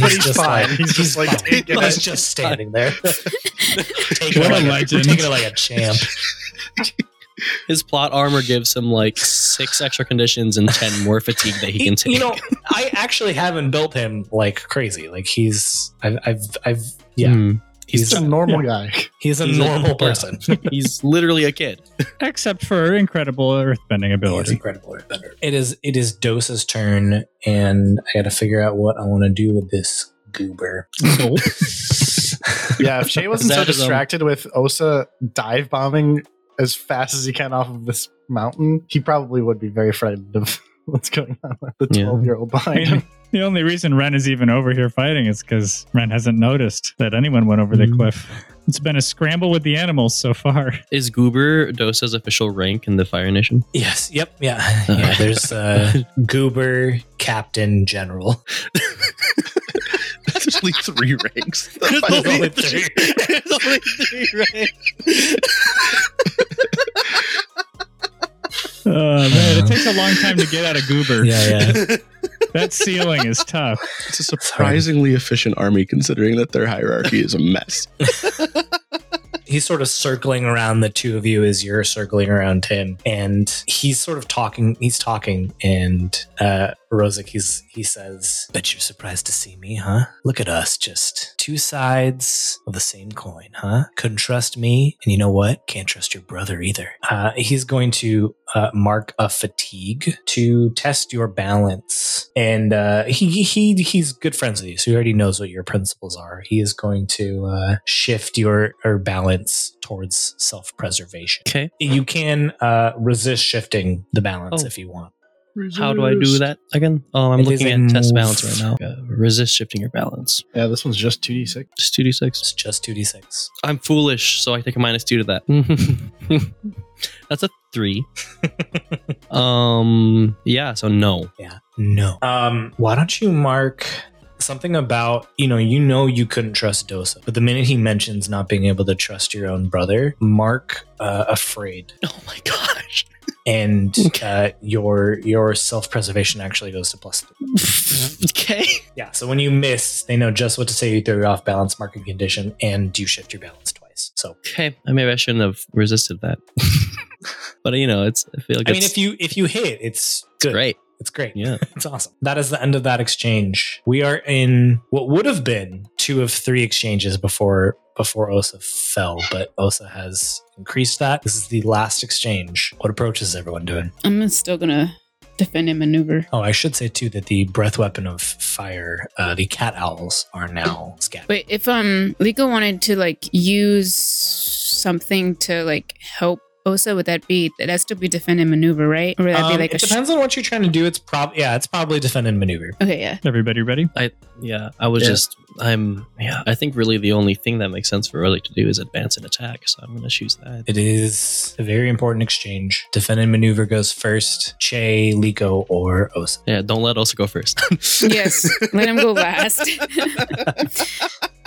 Speaker 4: But
Speaker 1: he's,
Speaker 4: he's
Speaker 1: just
Speaker 4: fine.
Speaker 1: like
Speaker 4: He's just like,
Speaker 1: fine.
Speaker 4: taking
Speaker 1: he's
Speaker 4: it.
Speaker 1: just standing there, taking
Speaker 5: What
Speaker 1: it like
Speaker 5: a legend.
Speaker 1: taking it like a champ.
Speaker 8: His plot armor gives him like six extra conditions and ten more fatigue that he can take.
Speaker 1: You know, I actually haven't built him like crazy. Like he's, I've, I've, I've yeah,
Speaker 8: Hmm.
Speaker 1: he's
Speaker 4: He's a normal guy.
Speaker 1: he's a
Speaker 8: he's a-
Speaker 1: normal
Speaker 8: yeah.
Speaker 1: person.
Speaker 8: he's literally a kid.
Speaker 5: except for incredible earthbending
Speaker 1: It's
Speaker 5: ability.
Speaker 1: incredible earthbender. It is it is Dosa's turn, and I got to figure out what I want to do with this goober.
Speaker 4: Yeah, if Shay wasn't so
Speaker 8: Zadism.
Speaker 4: distracted with Osa dive bombing as fast as he can off of this mountain, he probably would be very frightened of what's going on with the
Speaker 8: Yeah.
Speaker 4: 12 year old
Speaker 5: I
Speaker 4: behind
Speaker 5: mean,
Speaker 4: him.
Speaker 5: the only reason Ren is even over here fighting is because Ren hasn't noticed that anyone went over the
Speaker 8: Mm.
Speaker 5: cliff. It's been a scramble with the animals so far.
Speaker 8: Is Goober Dosa's official rank in the Fire Nation?
Speaker 1: Yes. Yep. Yeah. Yeah. There's uh, goober captain general.
Speaker 9: There's only three ranks.
Speaker 8: There's
Speaker 1: only three.
Speaker 8: There's only three ranks.
Speaker 5: Oh man, it takes a long time to get out of goober.
Speaker 1: Yeah. Yeah.
Speaker 5: That ceiling is tough.
Speaker 9: It's a surprisingly efficient army considering that their hierarchy is a mess.
Speaker 1: he's sort of circling around the two of you as you're circling around him and he's sort of talking he's talking and uh Rosic he's he says bet you're surprised to see me huh look at us just two sides of the same coin huh couldn't trust me and you know what can't trust your brother either uh he's going to uh, mark a fatigue to test your balance and uh he he he's good friends with you so he already knows what your principles are he is going to uh shift your or balance towards self-preservation
Speaker 8: Okay.
Speaker 1: you can uh, resist shifting the balance
Speaker 8: Oh.
Speaker 1: if you want.
Speaker 8: How do I do that again? Um, I'm
Speaker 1: It is
Speaker 8: looking
Speaker 1: a
Speaker 8: at test
Speaker 1: move.
Speaker 8: balance right now. Uh, resist shifting your balance.
Speaker 4: Yeah, this one's just 2d6.
Speaker 8: Just two d six.
Speaker 1: It's just 2d6.
Speaker 8: I'm foolish, so I take a minus two to that. That's a three. um. Yeah. So no.
Speaker 1: Yeah. No. Um, why don't you mark something about, you know, you know you couldn't trust Dosa, but the minute he mentions not being able to trust your own brother, mark uh, afraid.
Speaker 8: Oh my gosh.
Speaker 1: And uh, your your self-preservation actually goes to plus three.
Speaker 8: okay.
Speaker 1: Yeah, so when you miss, they know just what to say. You throw you off balance, marking condition, and you shift your balance twice. So
Speaker 8: Okay. Uh, Maybe I shouldn't have resisted that. but you know, it's. I feel like
Speaker 1: I mean,
Speaker 8: it's
Speaker 1: if you if you hit, it's good.
Speaker 8: great.
Speaker 1: It's great.
Speaker 8: Yeah.
Speaker 1: It's awesome. That is the end of that exchange. We are in what would have been two of three exchanges before before Osa fell, but Osa has increased that. This is the last exchange. What approach is everyone doing?
Speaker 7: I'm still gonna defend and maneuver.
Speaker 1: Oh, I should say too that the breath weapon of fire, uh, the cat owls, are now scattered.
Speaker 7: But if um Liko wanted to like use something to like help Osa, would that be that still be defend and maneuver, right? Or would that
Speaker 1: Um,
Speaker 7: be like a
Speaker 1: it
Speaker 7: sh-
Speaker 1: depends on what you're trying to do. It's prob yeah, it's probably defend and maneuver.
Speaker 7: okay, yeah.
Speaker 5: Everybody ready?
Speaker 8: Yeah. I was
Speaker 9: Yeah.
Speaker 8: just. I'm. Yeah. I think really the only thing that makes sense for Relic to do is advance and attack. So I'm gonna choose that.
Speaker 1: It is a very important exchange. Defend and maneuver goes first. Che, Liko, or Osa.
Speaker 8: Yeah, don't let Osa go first.
Speaker 7: Yes. Let him go last. um,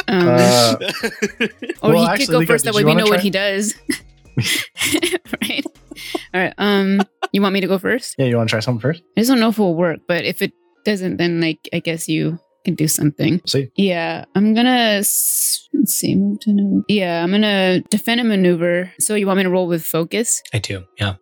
Speaker 4: Uh, well,
Speaker 7: or he
Speaker 4: actually,
Speaker 7: could go
Speaker 4: Liko,
Speaker 7: first.
Speaker 4: did
Speaker 7: That way
Speaker 4: you
Speaker 7: we
Speaker 4: wanna
Speaker 7: know what
Speaker 4: try?
Speaker 7: he does. right. All right. Um, you want me to go first?
Speaker 4: Yeah, you want to try something first?
Speaker 7: I just don't know if it'll work, but if it doesn't, then like I guess you can do something.
Speaker 4: See?
Speaker 7: Yeah, I'm gonna s- let's see. Move to no- yeah, I'm gonna defend and maneuver. So you want me to roll with focus?
Speaker 1: I do. Yeah.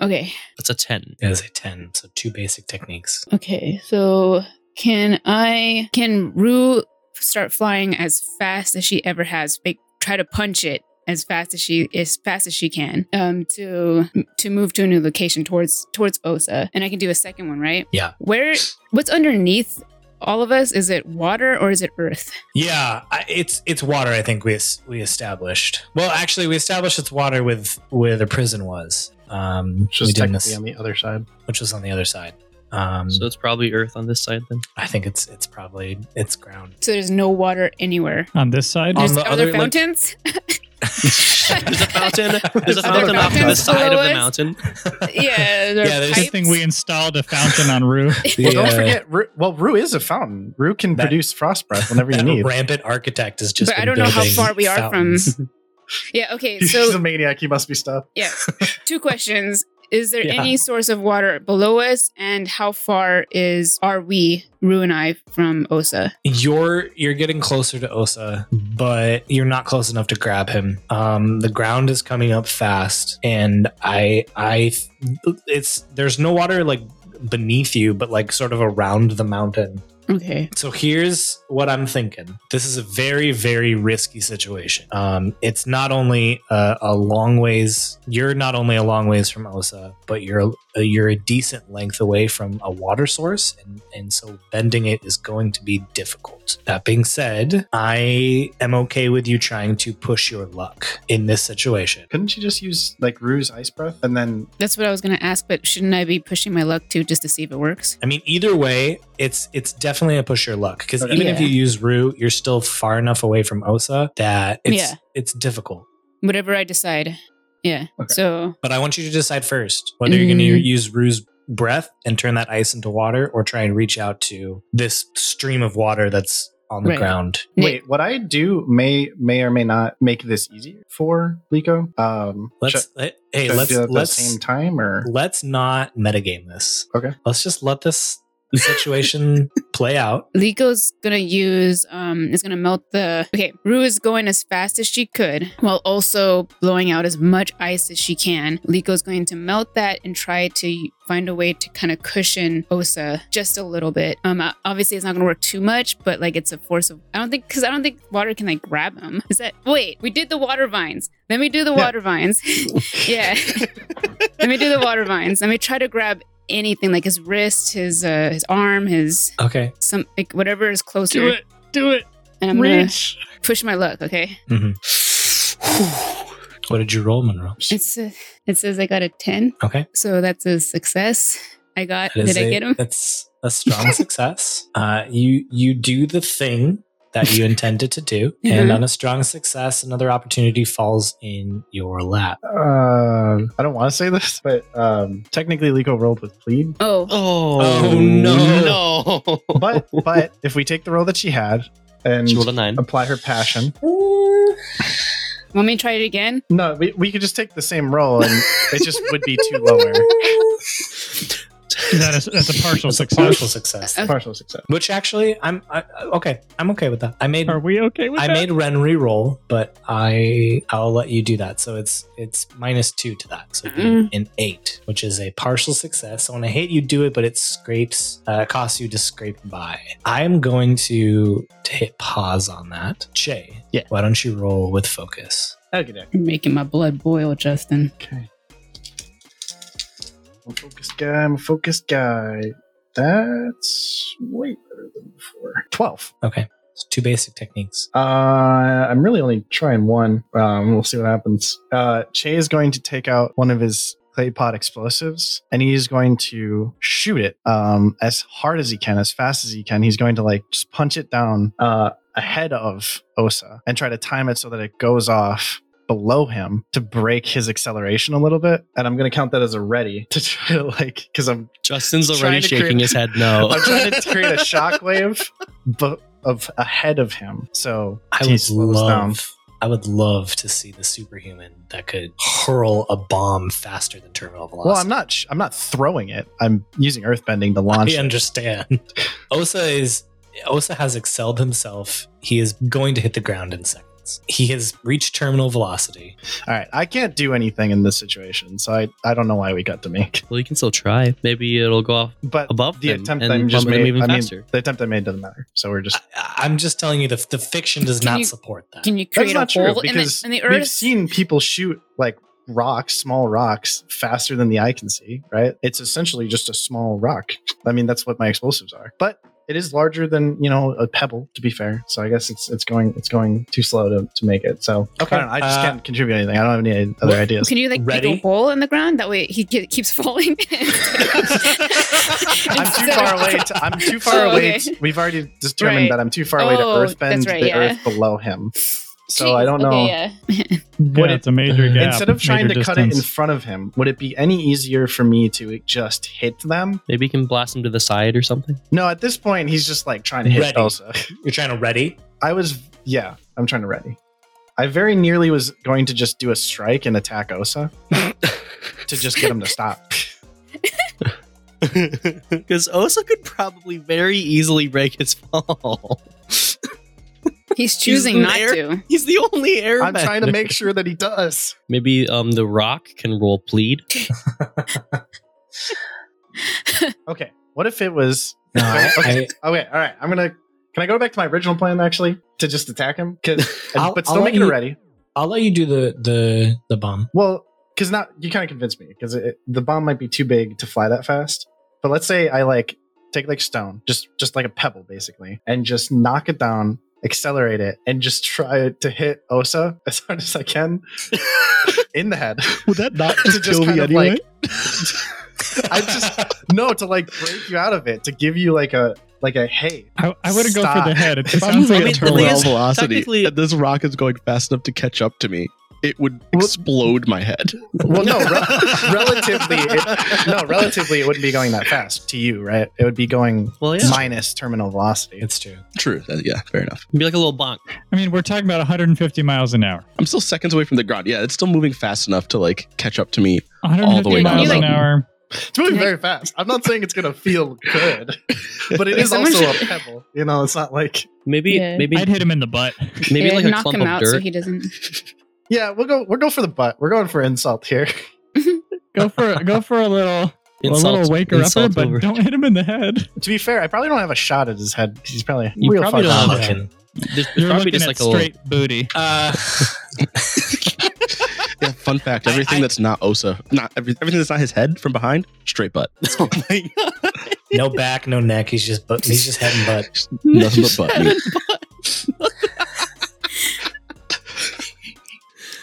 Speaker 7: okay,
Speaker 8: That's a ten.
Speaker 1: It is a 10. So two basic techniques.
Speaker 7: okay. So can I can Rue start flying as fast as she ever has? Like try to punch it as fast as she as fast as she can um to to move to a new location towards towards osa and i can do a second one right
Speaker 1: Yeah.
Speaker 7: where what's underneath all of us is it water or is it earth
Speaker 1: Yeah, I- it's it's water. I think we es- we established. Well, actually, we established it's water with where the prison was, um,
Speaker 4: Which is
Speaker 1: we did
Speaker 4: technically
Speaker 1: this,
Speaker 4: on the other side.
Speaker 1: which was on the other side. Um,
Speaker 8: So it's probably Earth on this side then.
Speaker 1: I think it's it's probably it's ground.
Speaker 7: so there's no water anywhere
Speaker 5: On this side?
Speaker 1: On
Speaker 7: there's
Speaker 1: the
Speaker 7: other
Speaker 1: other, like-
Speaker 7: fountains
Speaker 8: There's a fountain. There's a
Speaker 7: Are there
Speaker 8: fountain off to the
Speaker 7: fountains
Speaker 8: side of
Speaker 7: below
Speaker 8: the
Speaker 7: us?
Speaker 8: mountain.
Speaker 7: yeah there
Speaker 1: Yeah,
Speaker 7: yeah
Speaker 1: there's-
Speaker 5: Good thing we installed a fountain on Rue.
Speaker 1: The,
Speaker 4: Don't
Speaker 1: uh,
Speaker 4: forget, Ru- well, Rue is a fountain. Rue can
Speaker 1: That-
Speaker 4: produce frost breath whenever you
Speaker 1: that
Speaker 4: need.
Speaker 1: rampant architect is just.
Speaker 7: but i
Speaker 1: been
Speaker 7: don't know how
Speaker 1: building
Speaker 7: far we are
Speaker 1: fountains.
Speaker 7: from Yeah. Okay.
Speaker 4: He's a
Speaker 7: So
Speaker 4: maniac. He must be stopped.
Speaker 7: yeah, two questions. Is there
Speaker 1: Yeah.
Speaker 7: any source of water below us, and how far is are we, Rue and I, from Osa?
Speaker 1: You're you're getting closer to Osa, but you're not close enough to grab him. Um, the ground is coming up fast, and I I it's there's no water like beneath you, but like sort of around the mountain.
Speaker 7: Okay.
Speaker 1: So here's what I'm thinking. This is a very, very risky situation. Um, it's not only a, a long ways. You're not only a long ways from Osa, but you're a, you're a decent length away from a water source, and, and so bending it is going to be difficult. That being said, I am okay with you trying to push your luck in this situation.
Speaker 4: Couldn't you just use like Rue's ice breath and then
Speaker 7: That's what I was gonna ask, but shouldn't I be pushing my luck too, just to see if it works?
Speaker 1: I mean, either way, it's it's definitely a push your luck because
Speaker 4: Okay.
Speaker 1: even if
Speaker 7: Yeah.
Speaker 1: you use Rue, you're still far enough away from Osa that it's
Speaker 7: Yeah.
Speaker 1: it's difficult.
Speaker 7: Whatever I decide. Yeah.
Speaker 4: Okay.
Speaker 7: So
Speaker 1: But I want you to decide first whether you're going to
Speaker 7: Mm.
Speaker 1: use Rue's breath and turn that ice into water, or try and reach out to this stream of water that's on the
Speaker 7: Right.
Speaker 1: ground.
Speaker 7: Nick-
Speaker 4: Wait, what I do may may or may not make this easier for Liko. Um,
Speaker 1: Let's
Speaker 4: should-
Speaker 1: let- hey
Speaker 4: should I
Speaker 1: let's
Speaker 4: do it at
Speaker 1: let's
Speaker 4: the same time or
Speaker 1: let's not metagame this.
Speaker 4: Okay.
Speaker 1: let's just let this situation play out.
Speaker 7: Liko's gonna use um is gonna melt the okay, Rue is going as fast as she could while also blowing out as much ice as she can. Liko's going to melt that and try to find a way to kind of cushion Osa just a little bit. Um uh, obviously it's not gonna work too much, but like it's a force of I don't think cause I don't think water can like grab him. Is that wait, we did the water vines. Let me do the
Speaker 4: Yeah.
Speaker 7: water vines. yeah. Let me do the water vines. Let me try to grab anything like his wrist, his uh his arm, his
Speaker 1: Okay,
Speaker 7: some like whatever is closer.
Speaker 5: Do it. Do it.
Speaker 7: And I'm
Speaker 5: Reach.
Speaker 7: gonna push my luck. Okay.
Speaker 1: hmm what did you roll, Monroe?
Speaker 7: It's a, it says I got a ten,
Speaker 1: Okay.
Speaker 7: so that's a success. I got.
Speaker 1: That
Speaker 7: Did
Speaker 1: is
Speaker 7: I
Speaker 1: a-
Speaker 7: get him?
Speaker 1: That's a strong success. Uh, you you do the thing that you intended to do, and
Speaker 7: Mhm.
Speaker 1: on a strong success, another opportunity falls in your lap.
Speaker 4: Um, I don't want to say this, but um, technically Liko rolled with plead.
Speaker 7: Oh,
Speaker 8: Oh,
Speaker 1: Oh, no.
Speaker 8: no!
Speaker 4: But but if we take the roll that she had and
Speaker 8: she rolled a nine.
Speaker 4: apply her passion,
Speaker 7: want me to try it again?
Speaker 4: no, we, we could just take the same roll and it just would be too lower.
Speaker 5: That is, that's a partial
Speaker 1: That's a
Speaker 5: success.
Speaker 1: partial success.
Speaker 7: Okay.
Speaker 4: Partial success.
Speaker 1: Which actually, I'm I, okay. I'm okay with that. I made
Speaker 5: Are we okay with
Speaker 1: I
Speaker 5: that?
Speaker 1: made Ren reroll, but I I'll let you do that. So it's it's minus two to that. So it'd be
Speaker 7: Mm.
Speaker 1: an eight, which is a partial success. So when I hate you do it, but it scrapes uh, it costs you to scrape by. I am going to to hit pause on that. Jay,
Speaker 4: Yeah.
Speaker 1: Why don't you roll with focus?
Speaker 4: Okay, then.
Speaker 7: You're making my blood boil, Justin.
Speaker 4: okay. I'm a focused guy. I'm a focused guy. That's way better than before. Twelve.
Speaker 1: Okay, it's two basic techniques.
Speaker 4: Uh, I'm really only trying one. Um, we'll see what happens. Uh, Che is going to take out one of his clay pot explosives, and he's going to shoot it um, as hard as he can, as fast as he can. He's going to like just punch it down uh, ahead of Osa and try to time it so that it goes off below him to break his acceleration a little bit. And I'm going to count that as a ready to try to like because I'm
Speaker 8: Justin's
Speaker 4: trying
Speaker 8: already
Speaker 4: to
Speaker 8: shaking
Speaker 4: create-
Speaker 8: his head.
Speaker 1: Oh.
Speaker 8: No.
Speaker 4: I'm trying to create a shockwave, but of ahead of him. So
Speaker 1: I
Speaker 4: he
Speaker 1: would
Speaker 4: slows
Speaker 1: love.
Speaker 4: down.
Speaker 1: I would love to see the superhuman that could hurl a bomb faster than terminal velocity.
Speaker 4: Well, I'm not. Sh- I'm not throwing it. I'm using earthbending to launch.
Speaker 1: I
Speaker 4: it.
Speaker 1: understand. Osa is Osa has excelled himself. He is going to hit the ground in seconds. He has reached terminal velocity.
Speaker 4: All right, I can't do anything in this situation, so I, I don't know why we got to make.
Speaker 8: Well, you can still try. Maybe it'll go off
Speaker 4: But
Speaker 8: above
Speaker 4: the
Speaker 8: them
Speaker 4: attempt
Speaker 8: and
Speaker 4: I
Speaker 8: bump
Speaker 4: just
Speaker 8: them
Speaker 4: made.
Speaker 8: even
Speaker 4: I mean,
Speaker 8: faster.
Speaker 4: the attempt I made doesn't matter. So we're just.
Speaker 1: I, I'm just telling you, the, the fiction does
Speaker 7: Can
Speaker 1: not
Speaker 7: you-
Speaker 1: support that.
Speaker 7: Can you
Speaker 4: That's
Speaker 7: create a
Speaker 4: not true
Speaker 7: hole in the,
Speaker 4: because
Speaker 7: in the
Speaker 4: we've
Speaker 7: earth?
Speaker 4: seen people shoot like rocks, small rocks, faster than the eye can see. Right? It's essentially just a small rock. I mean, that's what my explosives are. But it is larger than you know a pebble. To be fair, so I guess it's it's going it's going too slow to, to make it. So
Speaker 1: Okay,
Speaker 4: I, don't know, I just
Speaker 1: uh,
Speaker 4: can't contribute anything. I don't have any other
Speaker 1: Well,
Speaker 4: ideas.
Speaker 7: Can you like
Speaker 1: Ready?
Speaker 7: make a hole in the ground? That way he ke- keeps falling.
Speaker 4: I'm too
Speaker 7: Instead
Speaker 4: far
Speaker 7: of-
Speaker 4: away. To, I'm too far
Speaker 7: Oh,
Speaker 4: away.
Speaker 7: okay.
Speaker 4: to- we've already determined
Speaker 7: Right.
Speaker 4: that I'm too far away to
Speaker 7: Oh,
Speaker 4: earthbend
Speaker 7: that's right,
Speaker 4: the
Speaker 7: yeah.
Speaker 4: earth below him. So I
Speaker 7: Jeez,
Speaker 4: don't know.
Speaker 7: okay, yeah.
Speaker 4: Would
Speaker 5: yeah, Mm-hmm.
Speaker 4: it,
Speaker 5: it's a major gap.
Speaker 4: instead of trying to
Speaker 5: major
Speaker 4: cut it in
Speaker 5: distance.
Speaker 4: front of him, would it be any easier for me to just hit them?
Speaker 8: Maybe you can blast him to the side or something.
Speaker 4: No, at this point he's just like trying to hit
Speaker 1: Ready.
Speaker 4: Elsa.
Speaker 1: You're trying to ready.
Speaker 4: I was yeah, I'm trying to ready. I very nearly was going to just do a strike and attack Osa to just get him to stop.
Speaker 8: Because Osa could probably very easily break his fall.
Speaker 7: He's choosing
Speaker 8: an
Speaker 7: not
Speaker 8: air-
Speaker 7: to.
Speaker 8: He's the only airbender.
Speaker 4: I'm trying to make sure that he does.
Speaker 8: Maybe um the Rock can roll plead.
Speaker 4: Okay. What if it was?
Speaker 1: No, I, I,
Speaker 4: Oh wait. All right. I'm gonna. Can I go back to my original plan actually to just attack him? 'Cause-
Speaker 10: I'll-
Speaker 4: but
Speaker 10: I'll
Speaker 4: still
Speaker 10: let
Speaker 4: make it
Speaker 10: you-
Speaker 4: ready.
Speaker 10: I'll let you do the the the bomb.
Speaker 4: Well, because not you kind of convinced me because the bomb might be too big to fly that fast. But let's say I like take like stone, just just like a pebble basically, and just knock it down, accelerate it, and just try to hit Osa as hard as I can in the head.
Speaker 10: Would that not
Speaker 4: To just kind of like, I just no to like break you out of it to give you like a like a hey.
Speaker 5: I, I wouldn't go
Speaker 4: Stop.
Speaker 5: for the head. It
Speaker 9: If I'm
Speaker 5: sounds like a
Speaker 9: moving at
Speaker 8: turtle.
Speaker 9: terminal
Speaker 5: turtle.
Speaker 9: velocity
Speaker 8: technically-
Speaker 9: and this rocket's going fast enough to catch up to me, it would
Speaker 4: Well-
Speaker 9: explode my head.
Speaker 4: Well, no, re- relatively, it, no, relatively, it wouldn't be going that fast to you, right? It would be going
Speaker 8: Well, yeah,
Speaker 4: minus terminal velocity.
Speaker 10: It's true.
Speaker 9: True. that- yeah, fair enough.
Speaker 8: be like a little bonk.
Speaker 5: I mean, we're talking about 150 miles an hour.
Speaker 9: I'm still seconds away from the ground. Yeah, it's still moving fast enough to like catch up to me. All the
Speaker 5: 150
Speaker 9: way
Speaker 7: down.
Speaker 5: miles
Speaker 7: You
Speaker 5: an
Speaker 7: like-
Speaker 5: hour.
Speaker 4: It's moving
Speaker 7: Can I-
Speaker 4: very fast. I'm not saying it's gonna feel good, but it
Speaker 7: Yeah,
Speaker 4: is
Speaker 7: someone
Speaker 4: also a
Speaker 7: should-
Speaker 4: pebble. You know, it's not like
Speaker 8: Maybe
Speaker 7: Yeah.
Speaker 8: maybe
Speaker 5: I'd hit him in the butt.
Speaker 8: maybe
Speaker 7: Yeah,
Speaker 8: like a
Speaker 7: knock
Speaker 8: clump
Speaker 7: him
Speaker 8: of
Speaker 7: out so
Speaker 8: dirt.
Speaker 7: he doesn't.
Speaker 4: yeah, we'll go we'll go for the butt. We're going for insult here.
Speaker 5: Go for go for a little a
Speaker 8: Insult-
Speaker 5: little waker upper,
Speaker 8: insult
Speaker 5: but
Speaker 8: over.
Speaker 5: don't hit him in the head.
Speaker 4: to be fair, I probably don't have a shot at his head 'cause he's probably
Speaker 5: You
Speaker 4: real
Speaker 5: probably
Speaker 4: fucked
Speaker 5: don't
Speaker 4: up.
Speaker 5: have
Speaker 1: looking.
Speaker 8: There's
Speaker 5: You're
Speaker 8: probably
Speaker 5: looking
Speaker 8: just
Speaker 5: at
Speaker 8: like a little,
Speaker 5: straight booty.
Speaker 1: Uh,
Speaker 9: Yeah, fun fact:
Speaker 1: I-
Speaker 9: everything
Speaker 1: I-
Speaker 9: that's not Osa, not every, everything that's not his head from behind, straight butt.
Speaker 1: no back, no neck. He's just but he's just head and butt.
Speaker 9: Nothing but butt meat.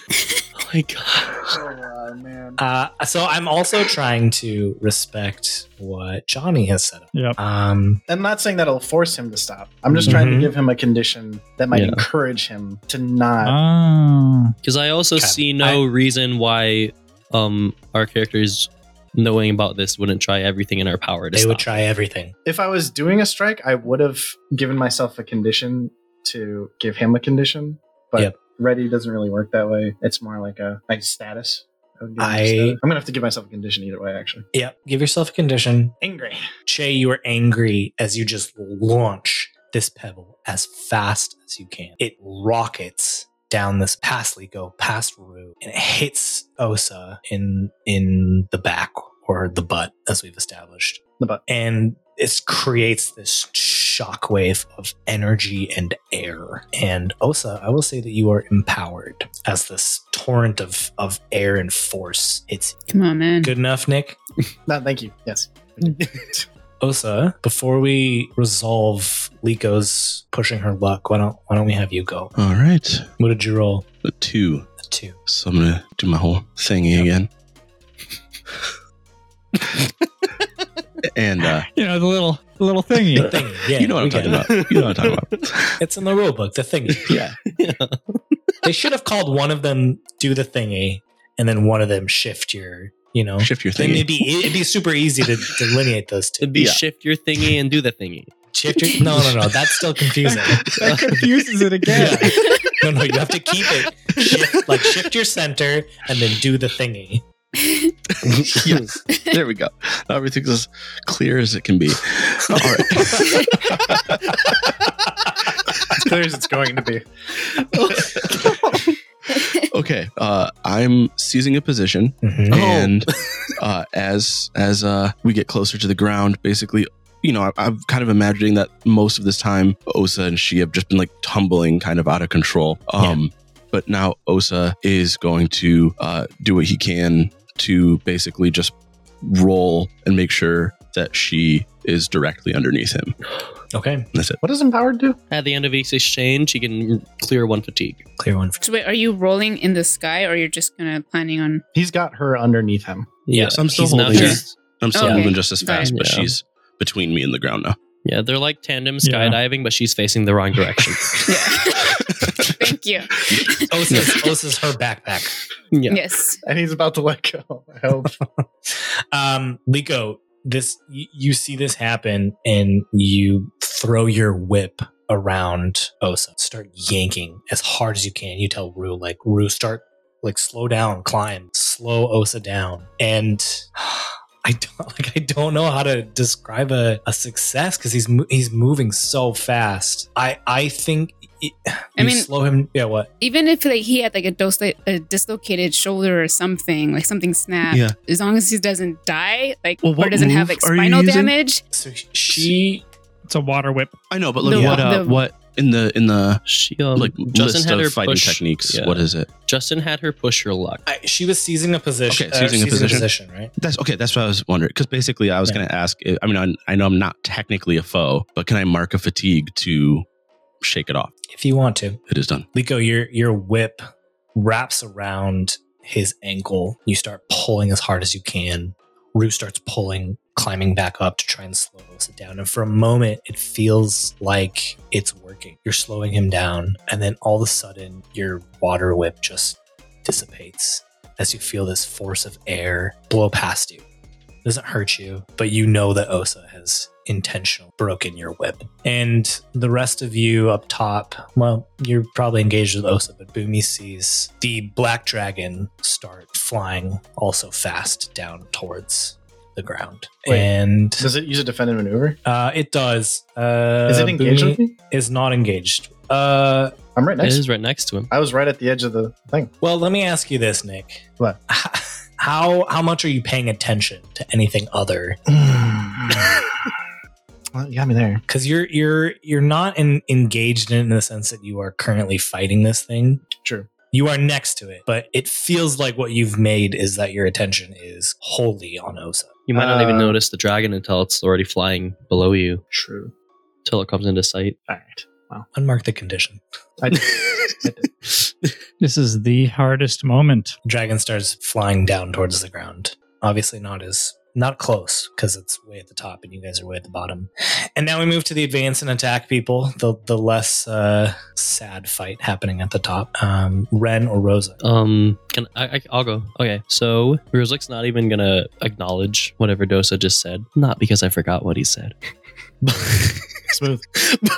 Speaker 8: oh my god.
Speaker 1: Uh, so I'm also trying to respect what Johnny has set up.
Speaker 5: Yep.
Speaker 1: Um,
Speaker 4: I'm not saying that'll force him to stop. I'm just trying to
Speaker 5: Mm-hmm.
Speaker 1: Mhm.
Speaker 4: give him a condition that might
Speaker 8: Yeah.
Speaker 4: encourage him to
Speaker 8: Ah.
Speaker 4: not.
Speaker 5: Oh.
Speaker 8: Because I also
Speaker 1: Okay.
Speaker 8: see no reason why um our characters knowing about this wouldn't try everything in our power to
Speaker 1: they
Speaker 8: stop.
Speaker 1: would try everything.
Speaker 4: If I was doing a strike, I would have given myself a condition to give him a condition, but
Speaker 1: Yep.
Speaker 4: ready doesn't really work that way. It's more like a like status. I would give him
Speaker 1: I-
Speaker 4: status. I'm gonna have to give myself a condition either way, actually.
Speaker 1: Yep. Give yourself a condition.
Speaker 4: angry.
Speaker 1: Che, you are angry as you just launch this pebble as fast as you can. It rockets down this past Lico, past Rue, and it hits Osa in in the back or the butt, as we've established.
Speaker 4: The butt.
Speaker 1: And it creates this shockwave of energy and air. And Osa, I will say that you are empowered as this torrent of, of air and force. It's
Speaker 4: Mm.
Speaker 7: Come on, man.
Speaker 1: good enough, Nick.
Speaker 4: No, thank you. Yes.
Speaker 1: Osa, before we resolve Liko's pushing her luck, why don't why don't we have you go?
Speaker 9: All right,
Speaker 1: What did you roll?
Speaker 9: a two.
Speaker 1: A two.
Speaker 9: So I'm gonna do my whole thingy again. and uh,
Speaker 5: You know, the little the little thingy.
Speaker 1: Thing. Yeah,
Speaker 9: you know what
Speaker 1: we
Speaker 9: I'm
Speaker 1: get
Speaker 9: talking
Speaker 1: it.
Speaker 9: about. You know what I'm talking about.
Speaker 1: It's in the rule book, the thingy.
Speaker 9: yeah.
Speaker 1: they should have called one of them do the thingy and then one of them shift your, you know.
Speaker 9: Shift your
Speaker 1: Then it'd
Speaker 9: thingy.
Speaker 1: be it'd be super easy to delineate those two.
Speaker 8: It'd be
Speaker 9: Yeah.
Speaker 8: shift your thingy and do the thingy.
Speaker 1: Shift your No, no, no. That's still confusing.
Speaker 5: that confuses it again.
Speaker 1: Yeah. No, no, you have to keep it. Shift, like shift your center and then do the thingy.
Speaker 9: yes. There we go. Now everything's as clear as it can be. All right.
Speaker 4: As clear as it's going to be.
Speaker 9: Okay. Uh, I'm seizing a position.
Speaker 1: Mhm.
Speaker 7: Oh.
Speaker 9: and uh, as as uh, we get closer to the ground, basically, you know, I, I'm kind of imagining that most of this time, Osa and she have just been like tumbling, kind of out of control. Um, But now Osa is going to uh, do what he can to basically just roll and make sure that she is directly underneath him.
Speaker 1: Okay.
Speaker 9: That's it.
Speaker 4: What does empowered do?
Speaker 8: At the end of each exchange, you can clear one fatigue.
Speaker 1: Clear one for
Speaker 7: So wait, are you rolling in the sky or you're just gonna planning on
Speaker 4: He's got her underneath him.
Speaker 9: Yeah, so I'm still
Speaker 8: he's not
Speaker 9: holding
Speaker 8: just-
Speaker 9: I'm still
Speaker 7: Okay.
Speaker 9: moving just as fast, but
Speaker 8: Yeah.
Speaker 9: she's between me and the ground now.
Speaker 8: Yeah, they're like tandem
Speaker 5: Yeah.
Speaker 8: skydiving, but she's facing the wrong direction.
Speaker 7: Yeah. Thank you.
Speaker 1: Osa's, Osa's her backpack.
Speaker 8: yeah.
Speaker 7: Yes.
Speaker 4: And he's about to let go. I hope.
Speaker 1: um, Liko, this you, you see this happen, and you throw your whip around Osa. Start yanking as hard as you can. You tell Rue, like, Rue, start, like, slow down, climb, slow Osa down. And. I don't like. I don't know how to describe a, a success because he's mo- he's moving so fast. I I think it,
Speaker 7: I
Speaker 1: you
Speaker 7: mean-
Speaker 1: slow him. Yeah, what?
Speaker 7: Even if like he had like a, dos- a dislocated shoulder or something, like something snapped,
Speaker 9: Yeah.
Speaker 7: as long as he doesn't die, like
Speaker 9: Well,
Speaker 7: or
Speaker 9: what
Speaker 7: doesn't have
Speaker 9: move
Speaker 7: like
Speaker 9: are you
Speaker 7: spinal
Speaker 9: using?
Speaker 7: damage,
Speaker 1: So she
Speaker 5: It's a water whip.
Speaker 9: I know, but look
Speaker 7: The-
Speaker 9: what uh,
Speaker 7: the-
Speaker 9: what in the in the
Speaker 8: She um,
Speaker 9: like list of fighting
Speaker 8: push-
Speaker 9: techniques.
Speaker 8: yeah.
Speaker 9: What is it?
Speaker 8: Justin had her push her luck.
Speaker 1: I, she was seizing a position.
Speaker 9: Okay,
Speaker 1: uh,
Speaker 9: seizing a position.
Speaker 1: right?
Speaker 9: That's okay. That's what I was wondering. Because basically, I was
Speaker 1: Yeah.
Speaker 9: going to ask. eh, I I mean, I, I know I'm not technically a foe, but can I mark a fatigue to shake it off?
Speaker 1: If you want to,
Speaker 9: It is done.
Speaker 1: Liko, your your whip wraps around his ankle. You start pulling as hard as you can. Rue starts pulling, climbing back up to try and slow it down. And for a moment, it feels like it's working. You're slowing him down, and then all of a sudden, your water whip just dissipates as you feel this force of air blow past you. It doesn't hurt you, but you know that Osa has intentional broken your whip. And the rest of you up top, well, you're probably engaged with Osa, but Boomy sees the black dragon start flying also fast down towards the ground.
Speaker 4: Wait.
Speaker 1: and
Speaker 4: Does it use a defended maneuver?
Speaker 1: uh, it does. Uh,
Speaker 4: Is it engaged
Speaker 1: Boomy
Speaker 4: with me?
Speaker 1: Is not engaged. Uh,
Speaker 4: I'm right
Speaker 8: It
Speaker 4: next.
Speaker 8: is right next to him.
Speaker 4: I was right at the edge of the thing.
Speaker 1: well, let me ask you this, Nick.
Speaker 4: What?
Speaker 1: How how much are you paying attention to anything other
Speaker 4: well, you got me there.
Speaker 1: because you're you're you're not in, engaged in the sense that you are currently fighting this thing
Speaker 4: True.
Speaker 1: you are next to it but it feels like what you've made is that your attention is wholly on osa
Speaker 8: You might not even
Speaker 4: Uh,
Speaker 8: notice the dragon until it's already flying below you,
Speaker 4: True.
Speaker 8: till it comes into sight.
Speaker 4: All right.
Speaker 1: unmark the condition
Speaker 4: I did.
Speaker 5: This is the hardest moment.
Speaker 1: dragon starts flying down towards the ground obviously not as not close because it's way at the top and you guys are way at the bottom and now we move to the advance and attack people the the less uh sad fight happening at the top um ren or rosa
Speaker 8: Um, can I, I? I'll go. Okay, so Ruzlik's not even gonna acknowledge whatever Dosa just said. Not because I forgot what he said.
Speaker 4: Smooth.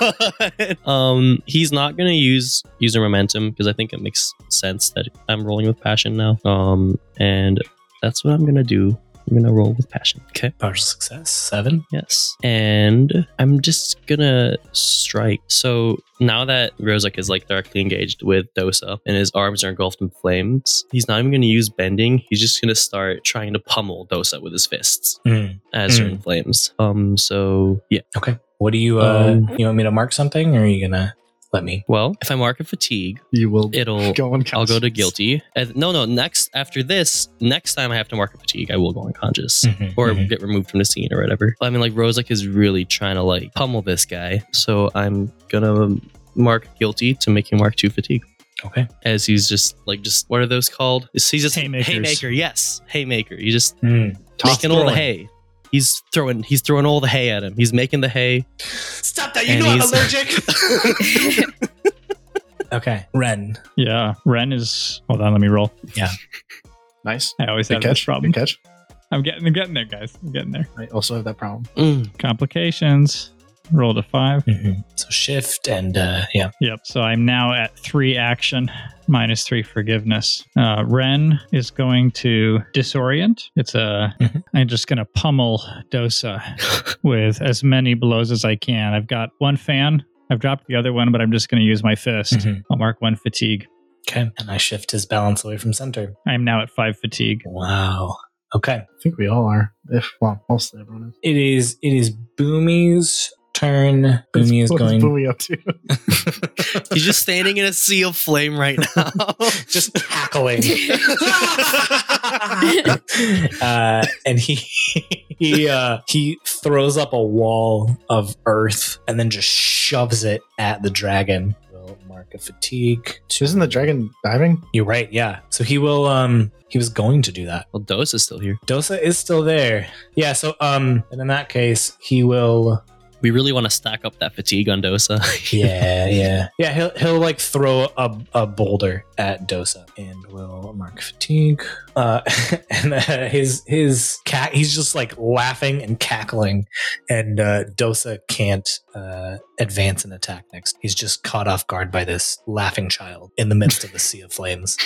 Speaker 8: but um, he's not gonna use user momentum because I think it makes sense that I'm rolling with passion now. Um, and that's what I'm gonna do. I'm gonna roll with passion. Okay.
Speaker 1: partial success seven
Speaker 8: Yes. And I'm just gonna strike. So now that Rozak is like directly engaged with Dosa and his arms are engulfed in flames, he's not even gonna use bending. He's just gonna start trying to pummel Dosa with his fists
Speaker 1: Mm.
Speaker 8: as they're
Speaker 1: Hmm.
Speaker 8: in flames. Um so yeah.
Speaker 1: Okay. What do you uh
Speaker 8: Um,
Speaker 1: you want me to mark something or are you gonna let me?
Speaker 8: Well, if I mark a fatigue,
Speaker 4: You will
Speaker 8: it'll
Speaker 4: go on.
Speaker 8: I'll go to
Speaker 4: conscience.
Speaker 8: guilty. And- no, no. Next, after this, next time I have to mark a fatigue, I will go unconscious. or
Speaker 1: Mm-hmm.
Speaker 8: get removed from the scene or whatever. I mean, like Rozak is really trying to like pummel this guy, so I'm gonna mark guilty to make him mark two fatigue
Speaker 1: Okay.
Speaker 8: as he's just like just what are those called? Is He's just
Speaker 5: Haymakers.
Speaker 8: haymaker, yes, haymaker. He's just
Speaker 1: Mm.
Speaker 4: Toss
Speaker 8: making all the
Speaker 4: throwing.
Speaker 8: hay. He's throwing he's throwing all the hay at him. He's making the hay.
Speaker 1: Stop that!
Speaker 8: you And know I'm he's-
Speaker 1: allergic. okay. Ren.
Speaker 5: Yeah. Ren is. Hold on. Let me roll.
Speaker 4: Nice.
Speaker 5: I always
Speaker 4: Good
Speaker 5: have this
Speaker 4: catch. Good
Speaker 1: Um,
Speaker 5: problem.
Speaker 4: catch.
Speaker 5: I'm getting, I'm getting there, guys. I'm getting there.
Speaker 4: I also have that problem.
Speaker 8: Mm.
Speaker 5: Complications. Rolled a five.
Speaker 8: Mm-hmm.
Speaker 1: Mhm. So shift and uh yeah.
Speaker 5: Yep. So I'm now at three action, minus three forgiveness. Uh, Ren is going to disorient. It's a.
Speaker 4: Mm-hmm.
Speaker 1: Mhm.
Speaker 5: am just going to pummel Dosa with as many blows as I can. I've got one fan. I've dropped the other one, but I'm just going to use my fist.
Speaker 4: Mm-hmm.
Speaker 8: Mm-hmm.
Speaker 1: Mhm.
Speaker 5: I'll mark one fatigue.
Speaker 1: Okay. And I shift his balance away from center.
Speaker 5: I am now at five fatigue.
Speaker 1: Wow. Okay.
Speaker 4: I think we all are. If well, mostly everyone is.
Speaker 1: It is it is Boomy's turn. Boomy is
Speaker 4: What's
Speaker 1: going
Speaker 4: Boomy up to.
Speaker 8: He's just standing in a sea of flame right now.
Speaker 1: just cackling. uh, and he he uh, he throws up a wall of earth and then just shoves it at the dragon. Will mark a fatigue.
Speaker 4: Isn't the dragon diving?
Speaker 1: You're right. Yeah. So he will. Um, he was going to do that.
Speaker 8: well, Dosa's still here.
Speaker 1: Dosa is still there. Yeah. So um, and in that case, he will
Speaker 8: We really want to stack up that fatigue on Dosa.
Speaker 1: Yeah, yeah, yeah. He'll he'll like throw a, a boulder at Dosa and will mark fatigue. Uh, and uh, his his cat he's just like laughing and cackling, and uh, Dosa can't uh, advance and attack next. He's just caught off guard by this laughing child in the midst of the sea of flames.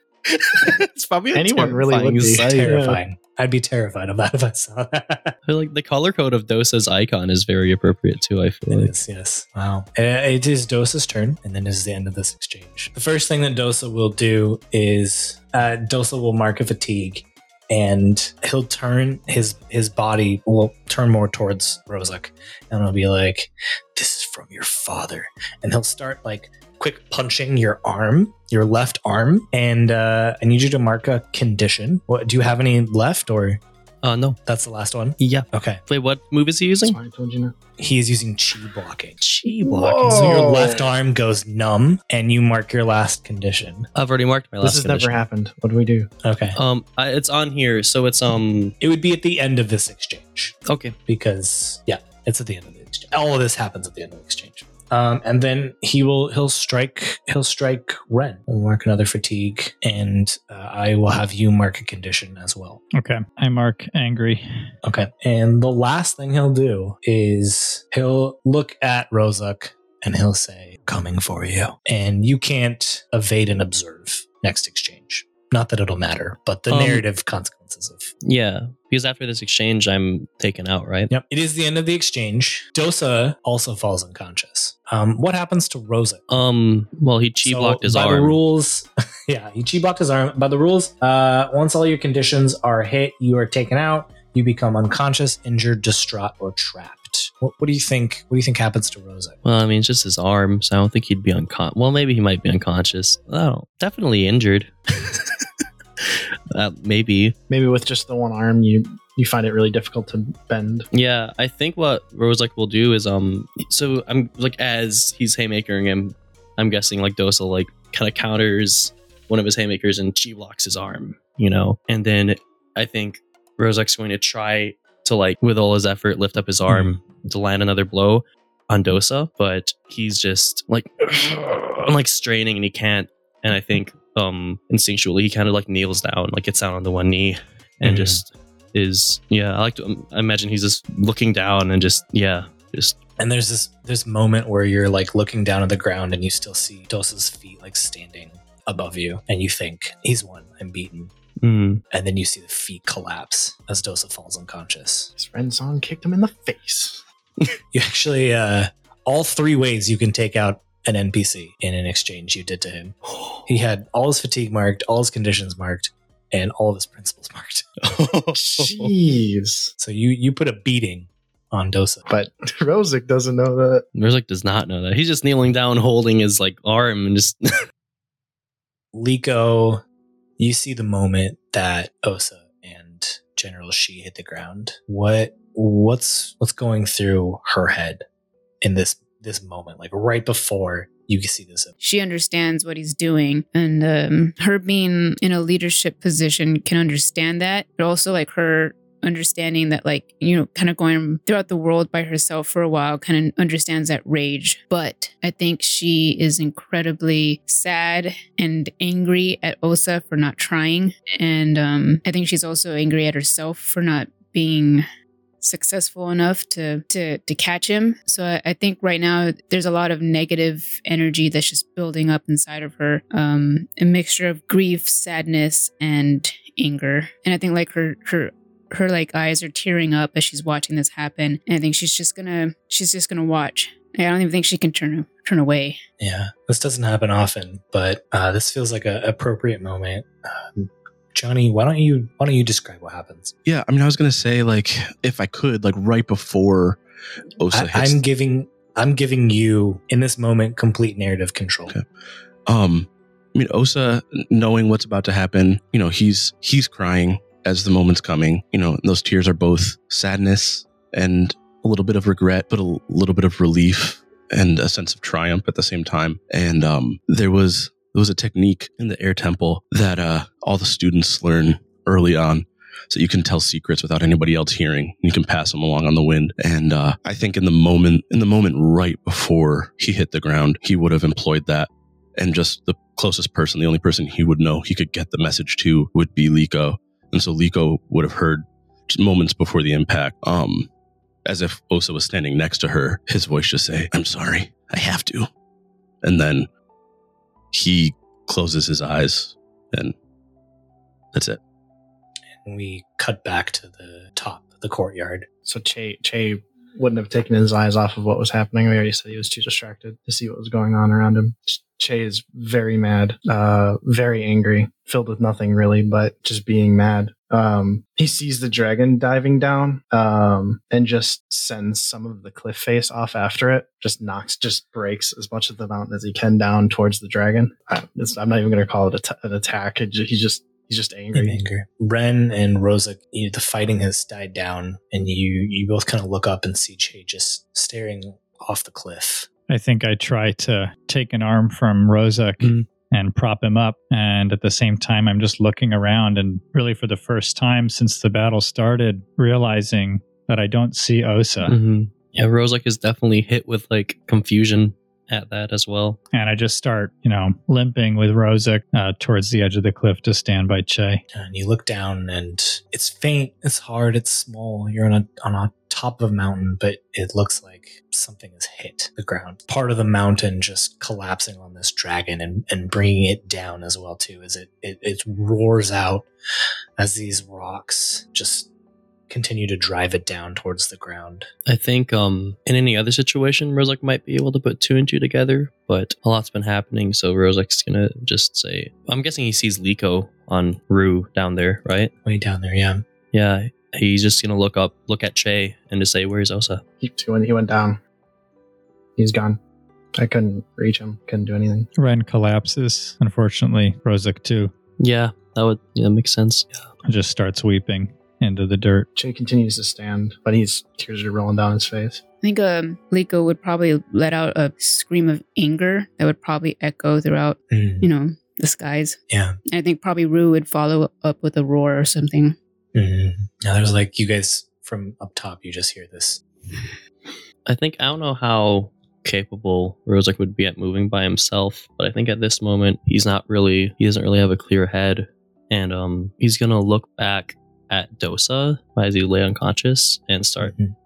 Speaker 11: it's probably a
Speaker 4: Anyone really
Speaker 11: terrifying
Speaker 4: would be.
Speaker 1: It's
Speaker 4: Yeah.
Speaker 1: terrifying. I'd be terrified of that if I saw that.
Speaker 8: I feel like the color code of Dosa's icon is very appropriate too. I feel
Speaker 1: It
Speaker 8: like
Speaker 1: is, yes. Wow. Uh, It is Dosa's turn, and then is the end of this exchange. The first thing that Dosa will do is uh, Dosa will mark a fatigue, and he'll turn his his body will turn more towards Rozak, and he'll be like, "This is from your father," and he'll start like quick punching your arm, your left arm, and uh, I need you to mark a condition. What do you have any left, or
Speaker 8: uh no,
Speaker 1: that's the last one?
Speaker 8: yeah.
Speaker 1: Okay,
Speaker 8: Wait, what move is he
Speaker 4: That's
Speaker 8: using?
Speaker 4: why I told you not.
Speaker 1: he is using chi blocking. Chi blocking. So your left arm goes numb and you mark your last condition.
Speaker 8: I've already marked my last.
Speaker 4: This has
Speaker 8: condition.
Speaker 4: never happened. What do we do?
Speaker 1: Okay.
Speaker 8: Um, I, it's on here, so it's um.
Speaker 1: It would be at the end of this exchange
Speaker 8: Okay,
Speaker 1: because, yeah, it's at the end of the exchange. All of this happens at the end of the exchange. Um, and then he will he'll strike he'll strike Ren. We'll mark another fatigue, and uh, I will have you mark a condition as well.
Speaker 5: Okay. I mark angry.
Speaker 1: Okay. And the last thing he'll do is he'll look at Rozak and he'll say, Coming for you. And you can't evade and observe next exchange. Not that it'll matter, but the
Speaker 8: Um,
Speaker 1: narrative consequences of.
Speaker 8: yeah. Because after this exchange, I'm taken out, right?
Speaker 1: Yep. It is the end of the exchange. Dosa also falls unconscious. Um, what happens to Rozak?
Speaker 8: Um. Well, he chi
Speaker 1: So,
Speaker 8: blocked his
Speaker 1: by
Speaker 8: arm.
Speaker 1: the rules, yeah, he chi blocked his arm. By the rules, uh, once all your conditions are hit, you are taken out. You become unconscious, injured, distraught, or trapped. What, what do you think? What do you think happens to Rosa?
Speaker 8: well, I mean, it's just his arm, so I don't think he'd be unconscious. Well, maybe he might be unconscious. I don't. Definitely injured. uh, maybe.
Speaker 4: Maybe with just the one arm, you you find it really difficult to bend.
Speaker 8: Yeah, I think what Rozek will do is um so I'm like as he's haymakering him, I'm guessing like Dosa like kind of counters one of his haymakers and chi blocks his arm, you know. And then I think Rozek's going to try to like with all his effort lift up his arm to land another blow on Dosa, but he's just like like straining and he can't and I think um instinctually he kind of like kneels down, like gets down on the one knee and
Speaker 1: Mhm.
Speaker 8: just is yeah i like to um, imagine he's just looking down and just yeah just
Speaker 1: And there's this this moment where you're like looking down at the ground and you still see Dosa's feet like standing above you, and you think he's won, I'm beaten,
Speaker 8: mm.
Speaker 1: and then you see the feet collapse as Dosa falls unconscious.
Speaker 4: This Ren Song kicked him in the face.
Speaker 1: You actually, uh, all three ways you can take out an NPC in an exchange you did to him. He had all his fatigue marked, all his conditions marked, and all of his principles marked.
Speaker 4: Jeez.
Speaker 1: So you you put a beating on Dosa.
Speaker 4: But Rosic doesn't know that.
Speaker 8: Merzlik does not know that he's just kneeling down holding his like arm and just
Speaker 1: Liko, you see the moment that Osa and General Shi hit the ground. What what's what's going through her head in this this moment? Like right before you can see this
Speaker 7: She understands what he's doing, and um, her being in a leadership position can understand that. But also, like her understanding that, like you know, kind of going throughout the world by herself for a while, kind of understands that rage. But I think she is incredibly sad and angry at Osa for not trying, and um, I think she's also angry at herself for not being successful enough to to to catch him. So I, I think right now there's a lot of negative energy that's just building up inside of her. Um, a mixture of grief, sadness, and anger. And I think like her her her like eyes are tearing up as she's watching this happen. And I think she's just gonna she's just gonna watch. I don't even think she can turn turn away.
Speaker 1: Yeah, this doesn't happen often, but uh, this feels like an appropriate moment. Um, Johnny, why don't you why don't you describe what happens?
Speaker 9: Yeah, I mean, I was gonna say like if I could, like right before Osa
Speaker 1: I,
Speaker 9: hits,
Speaker 1: I'm giving I'm giving you in this moment complete narrative control.
Speaker 9: Okay. um, I mean Osa, knowing what's about to happen, you know, he's he's crying as the moment's coming. You know, and those tears are both sadness and a little bit of regret, but a little bit of relief and a sense of triumph at the same time. And um, there was there was a technique in the air temple that uh, all the students learn early on so you can tell secrets without anybody else hearing. You can pass them along on the wind. And uh, I think in the moment, in the moment right before he hit the ground, he would have employed that. And just the closest person, the only person he would know he could get the message to would be Liko. And so Liko would have heard just moments before the impact, um, as if Osa was standing next to her, his voice just say, I'm sorry, I have to. And then he closes his eyes and that's it.
Speaker 1: And we cut back to the top of the courtyard.
Speaker 4: So Che Che wouldn't have taken his eyes off of what was happening. We already said he was too distracted to see what was going on around him. Ch- Che is very mad, uh, very angry, filled with nothing really, but just being mad. Um, he sees the dragon diving down um, and just sends some of the cliff face off after it. Just knocks, just breaks as much of the mountain as he can down towards the dragon. I, it's, I'm not even going to call it a t- an attack. It ju- he's just he's just
Speaker 1: in
Speaker 4: angry.
Speaker 1: anger. Ren and Rosa, you, the fighting has died down, and you you both kind of look up and see Che just staring off the cliff.
Speaker 5: I think I try to take an arm from Rozak
Speaker 1: Mhm.
Speaker 5: and prop him up. And at the same time, I'm just looking around and really for the first time since the battle started, realizing that I don't see Osa.
Speaker 8: Mm-hmm. Yeah, Rozak is definitely hit with like confusion at that as well.
Speaker 5: And I just start, you know, limping with Rozak uh, towards the edge of the cliff to stand by Che.
Speaker 1: And you look down, and it's faint, it's hard, it's small. You're on a on a top of a mountain, but it looks like something has hit the ground. Part of the mountain just collapsing on this dragon and, and bringing it down as well too. As it, it it roars out as these rocks just continue to drive it down towards the ground.
Speaker 8: I think um in any other situation, Rozak might be able to put two and two together, but a lot's been happening, so Rozak's gonna just say I'm guessing he sees Liko on Rue down there, right?
Speaker 1: Way down there, yeah.
Speaker 8: Yeah. He's just gonna look up, look at Che and just say, Where's Osa?
Speaker 4: He, he went he went down. He's gone. I couldn't reach him. Couldn't do anything.
Speaker 5: Ren collapses, unfortunately. Rozak too.
Speaker 8: Yeah, that would yeah, that makes sense.
Speaker 5: and just starts weeping into the dirt.
Speaker 4: Che continues to stand, but he's tears are rolling down his face.
Speaker 7: I think um, Liko would probably let out a scream of anger that would probably echo throughout,
Speaker 1: Mm,
Speaker 7: you know, the skies.
Speaker 1: Yeah.
Speaker 7: And I think probably Rue would follow up with a roar or something.
Speaker 1: mm. Now there's like you guys from up top, you just hear this
Speaker 8: I think I don't know how capable Rozak would be at moving by himself, but I think at this moment he's not really he doesn't really have a clear head. And um he's gonna look back at Dosa as he lay unconscious and start
Speaker 1: Mhm.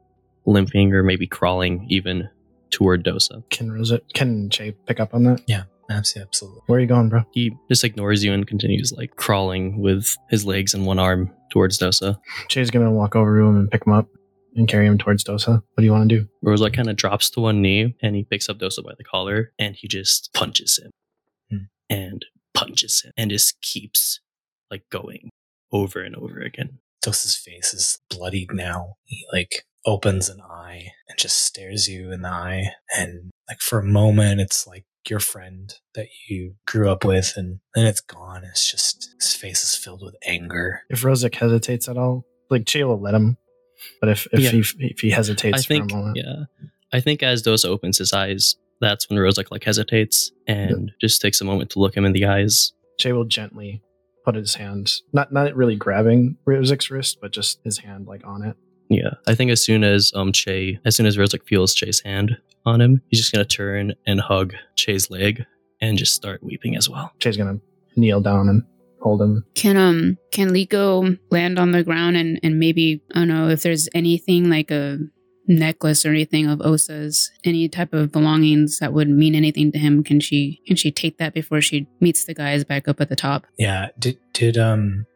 Speaker 8: limping or maybe crawling even toward Dosa.
Speaker 4: Can Rosa can Che pick up on that?
Speaker 1: Absolutely, absolutely.
Speaker 4: Where are you going, bro?
Speaker 8: He just ignores you and continues like crawling with his legs and one arm towards Dosa.
Speaker 4: Che's gonna walk over to him and pick him up and carry him towards Dosa. What do you want to do?
Speaker 8: Rozak kinda drops to one knee and he picks up Dosa by the collar and he just punches him.
Speaker 1: Hmm.
Speaker 8: And punches him and just keeps like going over and over again.
Speaker 1: Dosa's face is bloodied now. He like opens an eye and just stares you in the eye. And like for a moment, it's like your friend that you grew up with, and then it's gone. It's just his face is filled with anger.
Speaker 4: If Rosa hesitates at all, like Che will let him, but if if
Speaker 8: Yeah.
Speaker 4: he if he hesitates
Speaker 8: I think
Speaker 4: for a moment,
Speaker 8: yeah. I think as Dosa opens his eyes, that's when Rozak like hesitates and just takes a moment to look him in the eyes.
Speaker 4: Che will gently put his hand, not not really grabbing Rosa's wrist, but just his hand like on it.
Speaker 8: Yeah. I think as soon as um Che as soon as Rozak feels Che's hand on him, he's just gonna turn and hug Che's leg and just start weeping as well.
Speaker 4: Che's gonna kneel down and hold him.
Speaker 7: Can um can Liko land on the ground and and maybe I don't know if there's anything like a necklace or anything of Osa's, any type of belongings that would mean anything to him? Can she can she take that before she meets the guys back up at the top?
Speaker 1: Yeah. Did did um